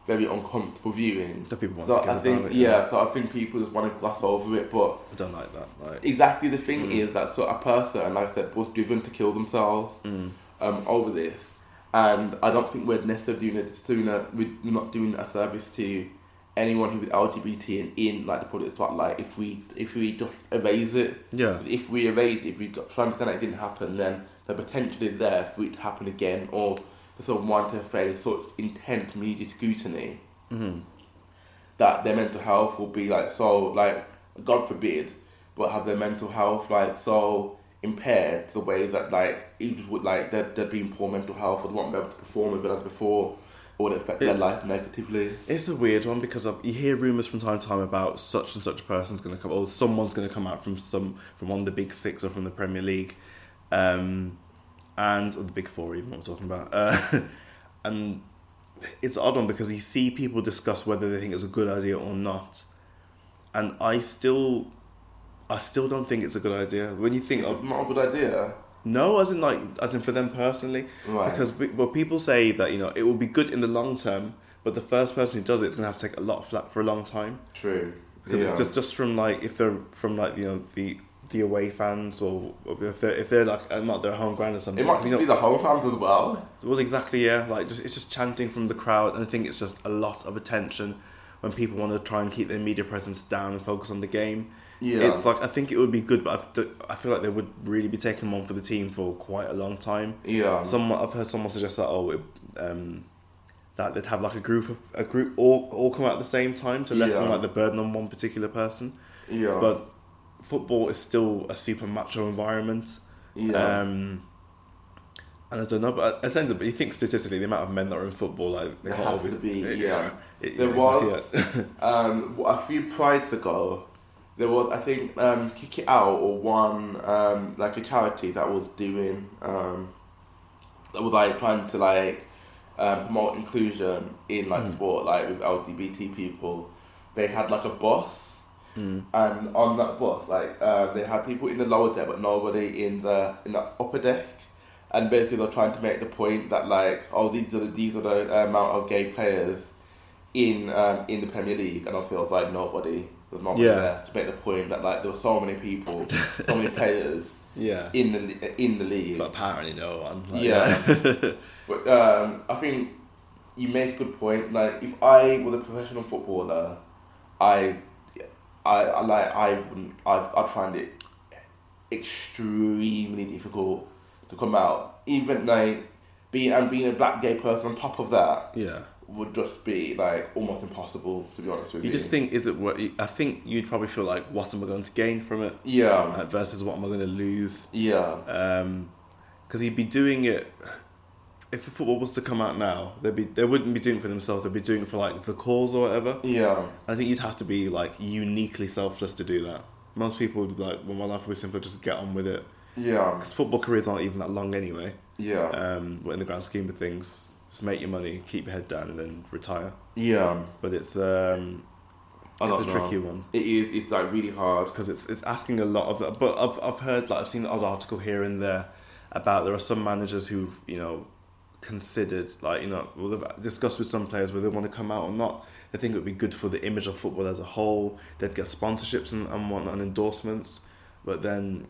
Speaker 1: very uncomfortable viewing.
Speaker 2: that people want
Speaker 1: So
Speaker 2: to get
Speaker 1: I think,
Speaker 2: about it,
Speaker 1: yeah, so I think people just want to gloss over it, but
Speaker 2: I don't like that. Like,
Speaker 1: Exactly, the thing
Speaker 2: Mm.
Speaker 1: is that sort of person, like I said, was driven to kill themselves
Speaker 2: mm.
Speaker 1: um, over this, and I don't think we're necessarily doing a, doing a we're not doing a service to anyone who is LGBT and in like the public spotlight if we if we just erase it.
Speaker 2: yeah,
Speaker 1: If we erase it, if we got, try and pretend that it didn't happen, then they're potentially there for it to happen again, or for someone to face such intense media scrutiny
Speaker 2: mm-hmm.
Speaker 1: that their mental health will be like so like God forbid, but have their mental health like so impaired the way that like it just would like they're, they're being poor mental health or they won't be able to perform as well as before or they affect
Speaker 2: It's-
Speaker 1: their life negatively.
Speaker 2: it's a weird one because of, you hear rumors from time to time about such and such person's going to come, or someone's going to come out from some from one of the big six or from the Premier League, um, and or the big four even. What I'm talking about, uh, and it's an odd one because you see people discuss whether they think it's a good idea or not, and I still, I still don't think it's a good idea. When you think
Speaker 1: It's
Speaker 2: of
Speaker 1: not a good idea.
Speaker 2: no, as in like as in for them personally,
Speaker 1: Right.
Speaker 2: Because we, well, people say that you know it will be good in the long term, but the first person who does it is going to have to take a lot of flack for a long time
Speaker 1: True.
Speaker 2: because it's just just from like if they're from like you know the the away fans or, or if they're if they're like uh, not their home ground or something.
Speaker 1: it might
Speaker 2: you
Speaker 1: just
Speaker 2: know,
Speaker 1: be the whole fans as well.
Speaker 2: well, exactly, yeah. Like just it's just chanting from the crowd, and I think it's just a lot of attention when people want to try and keep their media presence down and focus on the game.
Speaker 1: Yeah.
Speaker 2: It's like I think it would be good, but I've d- I feel like they would really be taking him on for the team for quite a long time.
Speaker 1: yeah.
Speaker 2: Someone I've heard someone suggest that oh, it, um, that they'd have like a group of a group all all come out at the same time to lessen
Speaker 1: Yeah. Oh.
Speaker 2: like the burden on one particular person.
Speaker 1: yeah.
Speaker 2: But football is still a super macho environment.
Speaker 1: yeah.
Speaker 2: Um, and I don't know, but as ended, but you think statistically the amount of men that are in football, like they
Speaker 1: There
Speaker 2: can't
Speaker 1: has
Speaker 2: always
Speaker 1: to be,
Speaker 2: it-
Speaker 1: yeah.
Speaker 2: it-
Speaker 1: There
Speaker 2: it's
Speaker 1: was.
Speaker 2: like, yeah.
Speaker 1: um, a few prides ago, there was I think um, Kick It Out or one um, like a charity that was doing um, that was like trying to like um, promote inclusion in like sport, like with LGBT people. They had like a bus,
Speaker 2: Mm.
Speaker 1: and on that bus, like uh, they had people in the lower deck, but nobody in the in the upper deck. And basically, they're trying to make the point that like, oh, these are the, these are the uh, amount of gay players in um, in the Premier League, and I feel like nobody there's nobody
Speaker 2: Yeah.
Speaker 1: there to make the point that like there were so many people, so many players
Speaker 2: yeah.
Speaker 1: in the in the league.
Speaker 2: But apparently no one. Like,
Speaker 1: Yeah. But um, I think you make a good point. Like if I were a professional footballer, I, I, I like I wouldn't. I, I'd find it extremely difficult to come out. Even like being and being a black gay person on top of that
Speaker 2: yeah.
Speaker 1: would just be like almost impossible to be honest with you.
Speaker 2: You just think, is it worth? I think you'd probably feel like, what am I going to gain from it
Speaker 1: Yeah.
Speaker 2: like, versus what am I going to lose?
Speaker 1: Yeah.
Speaker 2: Because Um, he'd be doing it. If the football was to come out now, they'd be they wouldn't be doing it for themselves. They'd be doing it for like the cause or whatever.
Speaker 1: Yeah.
Speaker 2: I think you'd have to be like uniquely selfless to do that. Most people would be like, well, my life would simply just get on with it.
Speaker 1: Yeah.
Speaker 2: Because football careers aren't even that long anyway.
Speaker 1: Yeah.
Speaker 2: Um, but in the grand scheme of things, just make your money, keep your head down, and then retire.
Speaker 1: Yeah.
Speaker 2: But it's um,
Speaker 1: I
Speaker 2: it's a
Speaker 1: don't know.
Speaker 2: tricky one
Speaker 1: It is. It's like really hard.
Speaker 2: because it's it's asking a lot of. But I've I've heard like I've seen the odd article here and there about there are some managers who you know considered like you know well, they've discussed with some players whether they want to come out or not. They think it would be good for the image of football as a whole. They'd get sponsorships and and whatnot and endorsements, but then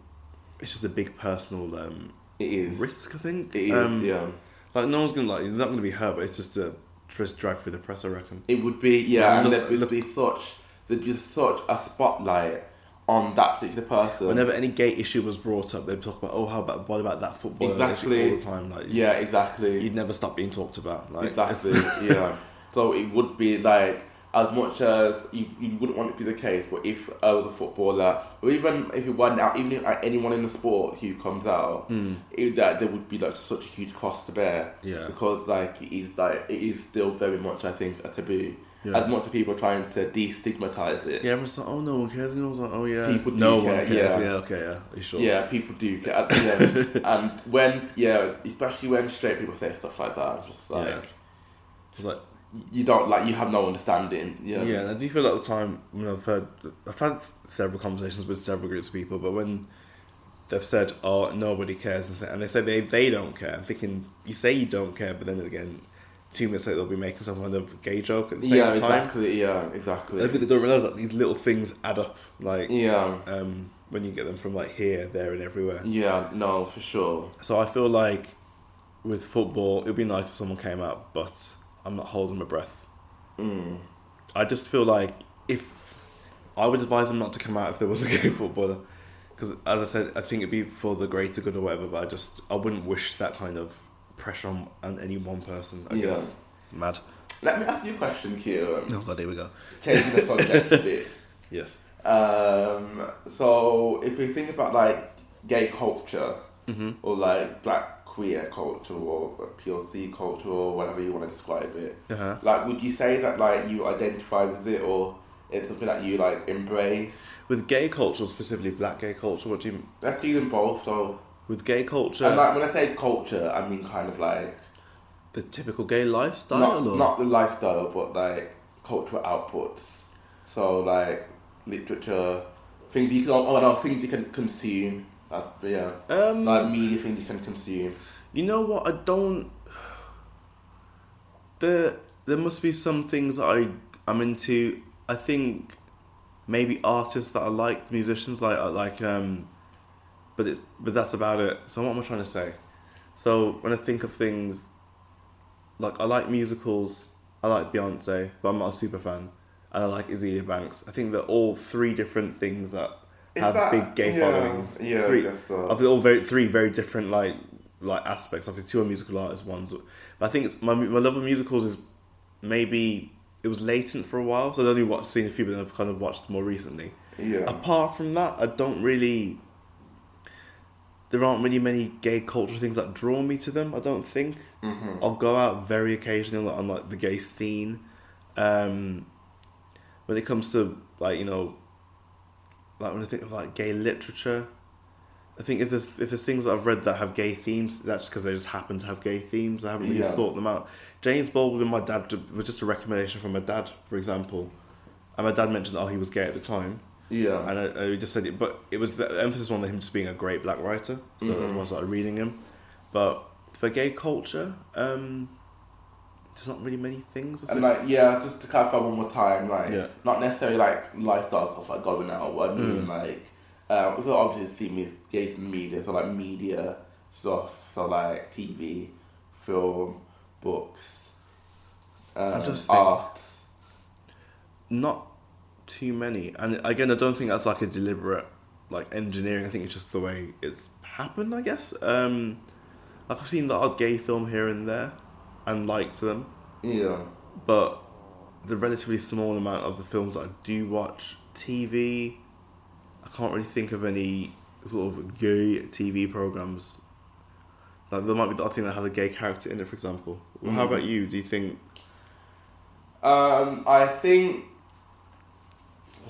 Speaker 2: it's just a big personal um,
Speaker 1: It is.
Speaker 2: risk. I think
Speaker 1: It is.
Speaker 2: Um,
Speaker 1: yeah.
Speaker 2: Like no one's gonna like you're not gonna be hurt, but it's just a just drag through the press. I reckon.
Speaker 1: It would be yeah,
Speaker 2: Yeah,
Speaker 1: and
Speaker 2: look-
Speaker 1: there'd be,
Speaker 2: look-
Speaker 1: be such there'd be such a spotlight on that particular person.
Speaker 2: Whenever any gay issue was brought up, they'd talk about oh how about what about that football
Speaker 1: Exactly.
Speaker 2: all the time like it's-
Speaker 1: yeah, exactly,
Speaker 2: you'd never stop being talked about like
Speaker 1: exactly,
Speaker 2: it's-
Speaker 1: yeah. So it would be like as much as you, you wouldn't want it to be the case, but if I was a footballer, or even if you won out, even if uh, anyone in the sport who comes out, it, that there would be like such a huge cost to bear.
Speaker 2: Hmm. Yeah.
Speaker 1: because like it is like it is still very much I think a taboo.
Speaker 2: Yeah.
Speaker 1: As much as people are trying to destigmatize it,
Speaker 2: yeah everyone's like oh no one cares and everyone's like oh yeah
Speaker 1: People do
Speaker 2: no
Speaker 1: care,
Speaker 2: one cares
Speaker 1: yeah.
Speaker 2: yeah. okay yeah Are you sure
Speaker 1: Yeah, people do. get- Yeah. and when, yeah, especially when straight people say stuff like that, I'm just like,
Speaker 2: Yeah. it's like
Speaker 1: you don't, like, you have no understanding.
Speaker 2: yeah.
Speaker 1: Yeah.
Speaker 2: and I do feel like the time when I've heard I've had several conversations with several groups of people but when they've said oh nobody cares and, say, and they say they they don't care I'm thinking you say you don't care but then again two minutes later they'll be making some kind of gay joke at the same
Speaker 1: Yeah,
Speaker 2: time
Speaker 1: exactly. Yeah,
Speaker 2: I think
Speaker 1: exactly.
Speaker 2: they don't realize that these little things add up. Like
Speaker 1: Yeah.
Speaker 2: um, when you get them from like here, there, and everywhere.
Speaker 1: Yeah, no, for sure.
Speaker 2: So I feel like with football, it'd be nice if someone came out, but I'm not holding my breath.
Speaker 1: Mm.
Speaker 2: I just feel like if I would advise them not to come out if there was a gay footballer, because as I said, I think it'd be for the greater good or whatever. But I just I wouldn't wish that kind of pressure on, on any one person. I
Speaker 1: Yeah.
Speaker 2: guess it's mad.
Speaker 1: Let me ask you a question, Kieran.
Speaker 2: Oh god, here we go.
Speaker 1: Changing the subject a bit.
Speaker 2: Yes.
Speaker 1: Um, so, if we think about, like, gay culture,
Speaker 2: Mhm.
Speaker 1: or, like, black queer culture, or PLC culture, or whatever you want to describe it,
Speaker 2: Uh huh.
Speaker 1: Like, would you say that like you identify with it, or it's something that you like embrace?
Speaker 2: With gay culture, specifically black gay culture, what do you
Speaker 1: Let's do them both. So,
Speaker 2: with gay culture,
Speaker 1: and like when I say culture, I mean kind of like
Speaker 2: the typical gay lifestyle,
Speaker 1: not
Speaker 2: or
Speaker 1: not the lifestyle, but like cultural outputs. So like literature, things you can oh no, things you can consume. That's, yeah,
Speaker 2: um,
Speaker 1: like media things you can consume.
Speaker 2: you know what? I don't. There, there must be some things that I I'm into. I think maybe artists that I like, musicians like I like, um, but it's but that's about it. So what am I trying to say? So when I think of things, like I like musicals, I like Beyonce, but I'm not a super fan, and I like Azealia Banks. I think they're all three different things that
Speaker 1: Is
Speaker 2: have
Speaker 1: that-
Speaker 2: big gay
Speaker 1: yeah,
Speaker 2: followings.
Speaker 1: Yeah,
Speaker 2: Three-
Speaker 1: I guess so.
Speaker 2: Of the all very three very different like like aspects. Obviously, two are musical artists, one's. But I think it's my my love of musicals is maybe it was latent for a while, so I've only watched, seen a few, but then I've kind of watched more recently.
Speaker 1: yeah.
Speaker 2: Apart from that, I don't really. There aren't really many gay culture things that draw me to them. I don't think.
Speaker 1: hmm
Speaker 2: I'll go out very occasionally on like the gay scene. Um, when it comes to like you know, like when I think of like gay literature, I think if there's if there's things that I've read that have gay themes, that's because they just happen to have gay themes. I haven't really
Speaker 1: Yeah.
Speaker 2: sought them out. James Baldwin, my dad ju- was just a recommendation from my dad, for example, and my dad mentioned oh he was gay at the time,
Speaker 1: Yeah.
Speaker 2: and I, I just said it, but it was the emphasis on him just being a great black writer, so
Speaker 1: Mhm.
Speaker 2: everyone started reading him. But for gay culture, um, there's not really many things. is
Speaker 1: And
Speaker 2: it?
Speaker 1: like yeah, just to clarify one more time, like
Speaker 2: Yeah.
Speaker 1: not necessarily like lifestyle stuff like going out. What I mean
Speaker 2: Mm.
Speaker 1: like, um, so obviously me, gays in media, so like media stuff, so like TV, film, books, um,
Speaker 2: just think-
Speaker 1: art.
Speaker 2: not too many, and again, I don't think that's like a deliberate like engineering. I think it's just the way it's happened. I guess. Um, like I've seen the odd gay film here and there, and liked them.
Speaker 1: Yeah.
Speaker 2: but the relatively small amount of the films that I do watch TV, I can't really think of any sort of gay TV programs. Like there might be the odd thing that has a gay character in it, for example. Well, How
Speaker 1: Mm.
Speaker 2: about you? Do you think?
Speaker 1: Um, I think.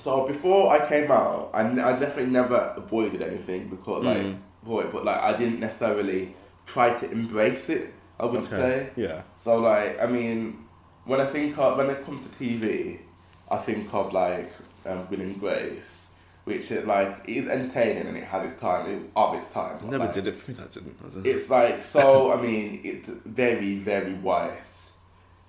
Speaker 1: So before I came out, I, ne- I definitely never avoided anything because like
Speaker 2: Mm.
Speaker 1: avoid, but like I didn't necessarily try to embrace it. I would not say.
Speaker 2: Yeah.
Speaker 1: So like I mean, when I think of when it comes to TV, I think of like um, Will and Grace, which it like is entertaining and it has its time it, of its time.
Speaker 2: It never
Speaker 1: like,
Speaker 2: did it for me. That didn't. I don't know.
Speaker 1: It's like so. I mean, it's very very wise,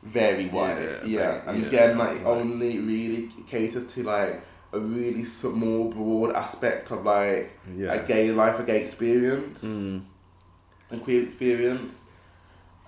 Speaker 1: very wise.
Speaker 2: Yeah,
Speaker 1: Yeah, and
Speaker 2: yeah,
Speaker 1: again, like
Speaker 2: right.
Speaker 1: only really caters to like a really small broad aspect of like
Speaker 2: yeah.
Speaker 1: a gay life, a gay experience
Speaker 2: Mm.
Speaker 1: and queer experience.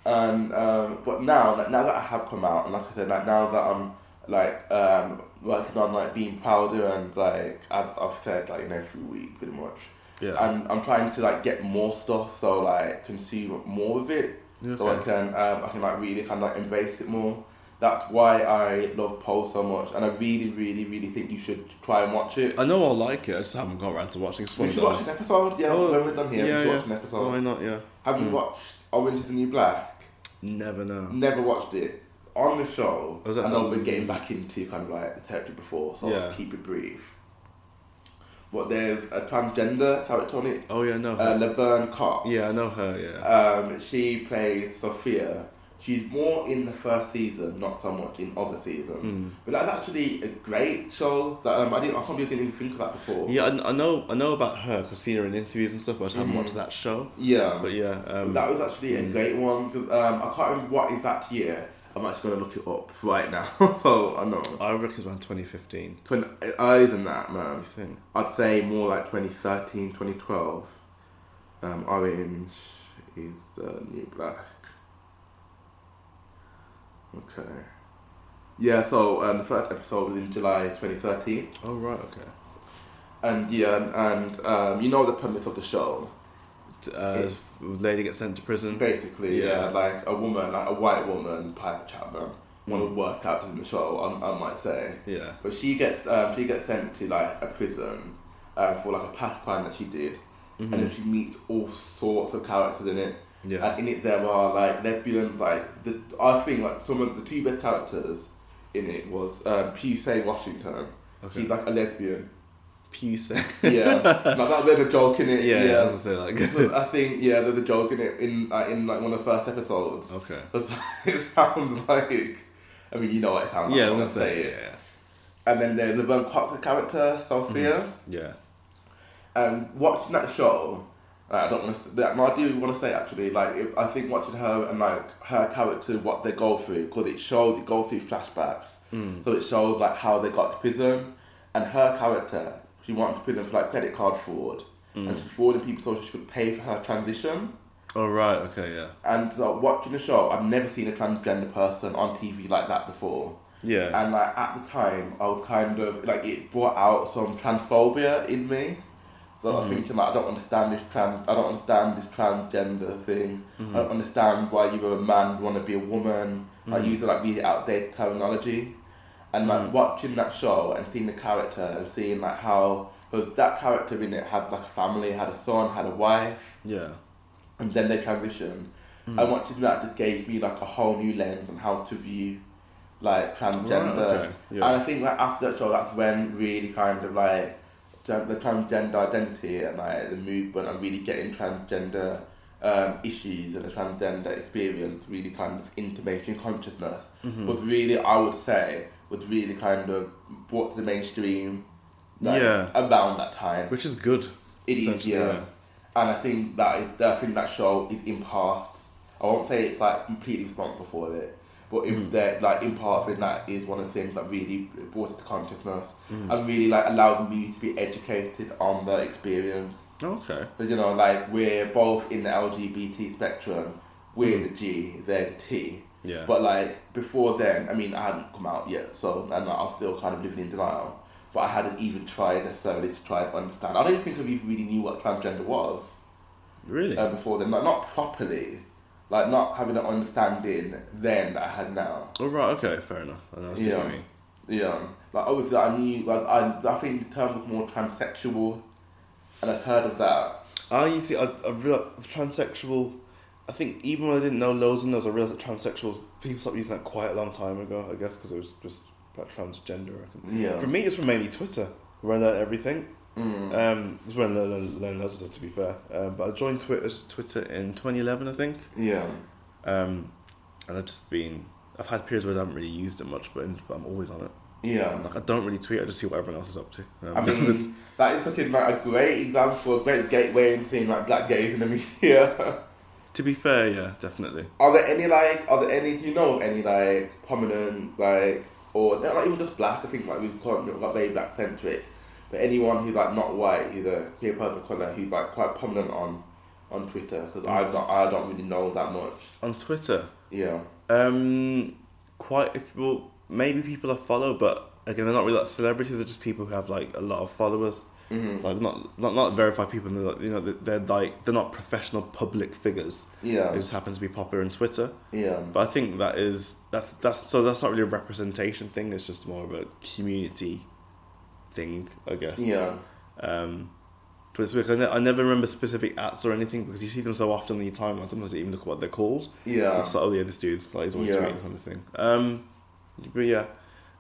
Speaker 1: And um, but now, like, now that I have come out, and like I said, like now that I'm like um, working on like being prouder and like as I've said, like you know, every week pretty much.
Speaker 2: Yeah.
Speaker 1: And I'm trying to like get more stuff, so like consume more of it, so I
Speaker 2: okay.
Speaker 1: can um, I can like really kind of like embrace it more. That's why I love Pole so much, and I really, really, really think you should try and watch it.
Speaker 2: I know I'll like it. I just haven't got around to watching. It's one
Speaker 1: We
Speaker 2: of
Speaker 1: should watch
Speaker 2: those.
Speaker 1: an episode. Yeah,
Speaker 2: Oh,
Speaker 1: when we're done here,
Speaker 2: yeah,
Speaker 1: we should
Speaker 2: yeah.
Speaker 1: watch an episode.
Speaker 2: Why not? Yeah.
Speaker 1: Have you
Speaker 2: Mm.
Speaker 1: watched Orange is the New Black?
Speaker 2: Never know.
Speaker 1: Never watched it. On the show,
Speaker 2: Was Oh, that
Speaker 1: I know
Speaker 2: the-
Speaker 1: we're getting back into kind of like the territory before, so
Speaker 2: Yeah.
Speaker 1: I'll keep it brief. But there's a transgender character on it,
Speaker 2: Oh yeah, I know
Speaker 1: uh,
Speaker 2: her.
Speaker 1: Laverne Cox.
Speaker 2: yeah, I know her. Yeah.
Speaker 1: Um, she plays Sophia. She's more in the first season, not so much in other seasons.
Speaker 2: Mm.
Speaker 1: But that's actually a great show. That um, I didn't, I can't believe I didn't even think of that before.
Speaker 2: Yeah, I, I know, I know about her. 'cause I've seen her in interviews and stuff, but I just haven't
Speaker 1: Mhm.
Speaker 2: watched that show.
Speaker 1: yeah.
Speaker 2: But yeah, um,
Speaker 1: that was actually a great one. 'cause, um, I can't remember what exact year. I'm actually gonna look it up right now, so I know.
Speaker 2: I reckon it's around 2015.
Speaker 1: 20, earlier than that,
Speaker 2: I
Speaker 1: man.
Speaker 2: think.
Speaker 1: I'd say more like 2013, 2012. Um, orange is the new black. Okay. Yeah, so um, the first episode was in July 2013.
Speaker 2: Oh right, okay.
Speaker 1: And yeah, and, and um, you know the premise of the show.
Speaker 2: T- Uh, lady gets sent to prison.
Speaker 1: Basically, yeah,
Speaker 2: Yeah.
Speaker 1: like a woman, like a white woman, Piper Chapman, one of the worst characters in the show, I, I might say.
Speaker 2: Yeah.
Speaker 1: But she gets um, she gets sent to like a prison um, for like a past crime that she did,
Speaker 2: Mhm.
Speaker 1: and then she meets all sorts of characters in it.
Speaker 2: Yeah.
Speaker 1: And in it there are like lesbians, like the I think like some of the two best characters in it was um, Pusey Washington.
Speaker 2: okay.
Speaker 1: He's like a lesbian.
Speaker 2: Pew
Speaker 1: Yeah, like that, there's a joke in
Speaker 2: yeah,
Speaker 1: it.
Speaker 2: yeah.
Speaker 1: yeah.
Speaker 2: I was gonna
Speaker 1: But
Speaker 2: say
Speaker 1: uh,
Speaker 2: like.
Speaker 1: I think yeah, there's a joke in it in uh, in like one of the first episodes.
Speaker 2: okay.
Speaker 1: It sounds like. I mean, you know what it sounds like.
Speaker 2: Yeah,
Speaker 1: I'm
Speaker 2: I'm gonna
Speaker 1: gonna
Speaker 2: say
Speaker 1: it.
Speaker 2: yeah.
Speaker 1: And then there's Laverne Cox's character, Sophia.
Speaker 2: Yeah.
Speaker 1: And Um, watching that show, like, I don't want to. Like, no, I do want to say actually, like if, I think watching her and like her character, what they go through, because it shows it goes through flashbacks.
Speaker 2: Mm.
Speaker 1: So it shows like how they got to prison, and her character, she went to prison for like credit card fraud, and she frauded people so she could pay for her transition. uh,
Speaker 2: Oh right, okay, yeah.
Speaker 1: And so watching the show, I've never seen a transgender person on TV like that before.
Speaker 2: Yeah.
Speaker 1: and like at the time I was kind of like it brought out some transphobia in me. So I was
Speaker 2: Mhm.
Speaker 1: thinking like I don't understand this trans I don't understand this transgender thing. I
Speaker 2: Mhm.
Speaker 1: don't understand why you were a man, you wanna be a woman. I
Speaker 2: Mhm.
Speaker 1: used to like really outdated terminology. And like
Speaker 2: Mhm.
Speaker 1: watching that show and seeing the character and seeing like how 'cause that character in it had like a family, had a son, had a wife,
Speaker 2: Yeah.
Speaker 1: and then they transitioned.
Speaker 2: Mm.
Speaker 1: And watching that just gave me like a whole new lens on how to view like
Speaker 2: Right,
Speaker 1: transgender
Speaker 2: okay.
Speaker 1: and
Speaker 2: Yeah.
Speaker 1: I think like after that show, that's when really kind of like gen- the transgender identity and like the movement and really getting transgender um, issues and the transgender experience really kind of into mainstream consciousness
Speaker 2: Mhm.
Speaker 1: was really I would say was really kind of brought to the mainstream. Like,
Speaker 2: Yeah.
Speaker 1: Around that time,
Speaker 2: Which is good.
Speaker 1: it is
Speaker 2: essentially,
Speaker 1: yeah. And I think that is, I think that show is in part. I won't say it's like completely responsible for it, but in
Speaker 2: Mhm.
Speaker 1: that like in part of it, that is one of the things that really brought it to consciousness and really like allowed me to be educated on the experience.
Speaker 2: Okay.
Speaker 1: Because you know, like we're both in the LGBT spectrum. We're the G, they're the T.
Speaker 2: Yeah.
Speaker 1: But like before then, I mean, I hadn't come out yet, so and I was still kind of living in denial. But I hadn't even tried necessarily to try to understand. I don't even think I even really knew what transgender was
Speaker 2: really.
Speaker 1: uh, before then, like not properly, like not having an understanding then that I had now.
Speaker 2: oh right. Okay. Fair enough. I know, I see what
Speaker 1: Yeah.
Speaker 2: you mean.
Speaker 1: Yeah, like obviously I knew, like I, I think the term was more transsexual, and I'd heard of that.
Speaker 2: I you see. I, I real transsexual. I think even when I didn't know loads and those, I realized that transsexual people stopped using that quite a long time ago. I guess because it was just about transgender. I reckon.
Speaker 1: Yeah,
Speaker 2: For me, it's from mainly Twitter where I learned everything.
Speaker 1: mm.
Speaker 2: Um, it's when I learned, learned loads of stuff. To be fair, um, but I joined Twitter Twitter in 2011, I think.
Speaker 1: yeah,
Speaker 2: Um, and I've just been. I've had periods where I haven't really used it much, but but I'm always on it.
Speaker 1: yeah.
Speaker 2: Like I don't really tweet. I just see what everyone else is up to. Um,
Speaker 1: I mean, that is such a, like, a great example, a great gateway into seeing like black gays in the media.
Speaker 2: to be fair, yeah, definitely.
Speaker 1: are there any like, are there any? Do you know of any like prominent like, or not even just black? I think like we've got, we've got very black centric, but anyone who's like not white, who's a queer person of color, who's like quite prominent on on Twitter because
Speaker 2: Mm-hmm.
Speaker 1: I don't, I don't really know that much.
Speaker 2: On Twitter,
Speaker 1: Yeah,
Speaker 2: um, quite if well, maybe people I follow, but again, they're not really like celebrities. They're just people who have like a lot of followers.
Speaker 1: mm-hmm.
Speaker 2: Like not not not verified people. and They're like, you know, they're, they're like they're not professional public figures. They
Speaker 1: yeah,
Speaker 2: just happen to be popular on Twitter.
Speaker 1: yeah,
Speaker 2: But I think that is that's that's so that's not really a representation thing. It's just more of a community thing, I guess.
Speaker 1: yeah,
Speaker 2: Um, but it's weird. 'cause I, ne- I never remember specific ads or anything because you see them so often in your timeline. Sometimes you even look at what they're called.
Speaker 1: yeah.
Speaker 2: It's like, oh yeah, this dude, like he's always
Speaker 1: Yeah.
Speaker 2: tweeting kind of thing. Um, but yeah,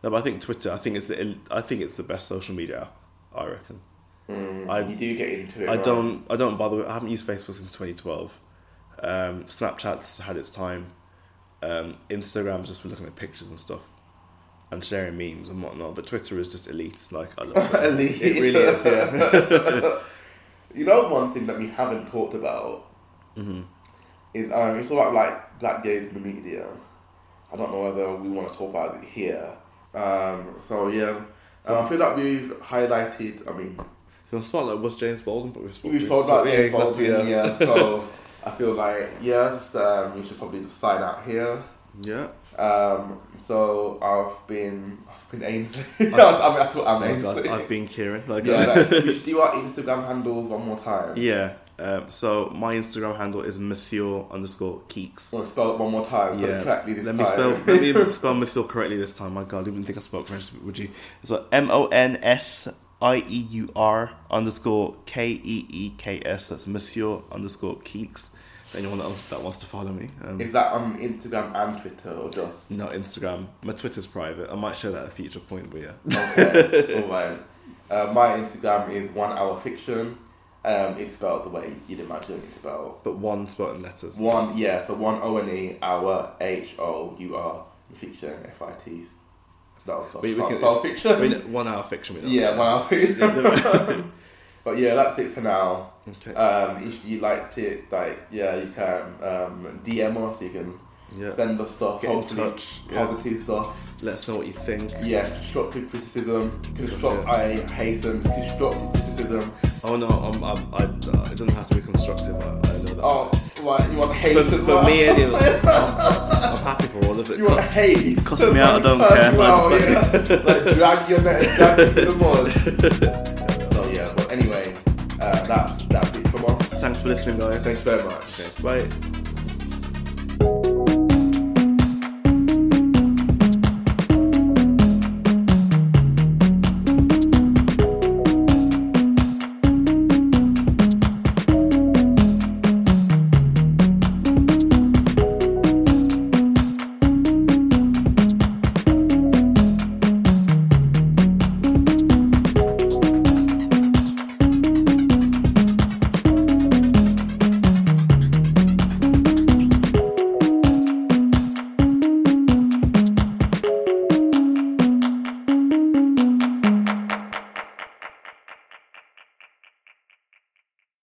Speaker 2: no, but I think Twitter. I think it's the, I think it's the best social media. app, I reckon.
Speaker 1: Mm.
Speaker 2: I-
Speaker 1: you do get into it.
Speaker 2: I
Speaker 1: right?
Speaker 2: don't. I don't bother. with- I haven't used Facebook since 2012. Um, Snapchat's had its time. Um, Instagram's just for looking at pictures and stuff, and sharing memes and whatnot. But Twitter is just elite. Like I love Twitter.
Speaker 1: Elite.
Speaker 2: It really is. Yeah.
Speaker 1: You know, one thing that we haven't talked about Mm-hmm.
Speaker 2: hmm
Speaker 1: is um, it's all about like black gays in the media. I don't know whether we want to talk about it here. Um, so yeah, um, I feel like we've highlighted. I mean,
Speaker 2: So the spotlight was James Bolden, but we've, spo-
Speaker 1: we've talked about
Speaker 2: yeah,
Speaker 1: James
Speaker 2: exactly,
Speaker 1: Baldwin, yeah. So I feel like yeah, just, um, we should probably just sign out here.
Speaker 2: Yeah.
Speaker 1: Um, so I've been, I've been Ainsley. I, was- I mean, I thought I'm
Speaker 2: Oh my
Speaker 1: Ainsley.
Speaker 2: god, I've been Kieran. Like,
Speaker 1: yeah, like, we should do our Instagram handles one more time.
Speaker 2: yeah. Um, so my Instagram handle is Monsieur underscore Keeks.
Speaker 1: So spell it one more time. Yeah.
Speaker 2: Yeah.
Speaker 1: Correctly this
Speaker 2: Let
Speaker 1: time.
Speaker 2: me spell let me spell myself correctly this time. My God, you wouldn't think I spoke French, would you? It's like M O N S I E U R underscore K E E K S. That's Monsieur underscore Keeks. For anyone that, that wants to follow me, um,
Speaker 1: Is that on Instagram and Twitter or just?
Speaker 2: no Instagram. My Twitter's private. I might share that at a future point, but yeah.
Speaker 1: Okay, all right. Uh, my Instagram is one hour fiction. Um, it's spelled the way you'd imagine it's spelled.
Speaker 2: But one spot in letters.
Speaker 1: One, yeah, so one O N E hour H O U R fiction F I T. No,
Speaker 2: We- we can-
Speaker 1: spelled
Speaker 2: I
Speaker 1: fiction.
Speaker 2: mean, one hour fiction. We know.
Speaker 1: yeah, one hour fiction. but yeah, that's it for now.
Speaker 2: Okay.
Speaker 1: Um, if you liked it, like yeah, you can um, DM us. You can
Speaker 2: yeah.
Speaker 1: send us stuff.
Speaker 2: Get in
Speaker 1: hopefully,
Speaker 2: touch. Yeah.
Speaker 1: positive stuff.
Speaker 2: Let us know what you think.
Speaker 1: Yeah, constructive criticism. Construct.
Speaker 2: Constructive.
Speaker 1: I hasten constructive criticism.
Speaker 2: Oh no, I'm, I'm, I, uh, it doesn't have to be constructive. I, I know that.
Speaker 1: Oh, right. Oh, You want
Speaker 2: for,
Speaker 1: hasten?
Speaker 2: for me anyway, I'm, I'm happy for for all of it.
Speaker 1: You want to hate?
Speaker 2: Cuss me out, I don't care,
Speaker 1: You
Speaker 2: I
Speaker 1: out,
Speaker 2: just
Speaker 1: yeah. like drag your neck, drag you through the mud. So yeah, but anyway, uh, that's that's it. Come on,
Speaker 2: Thanks for listening, guys.
Speaker 1: thanks very much.
Speaker 2: Okay, bye.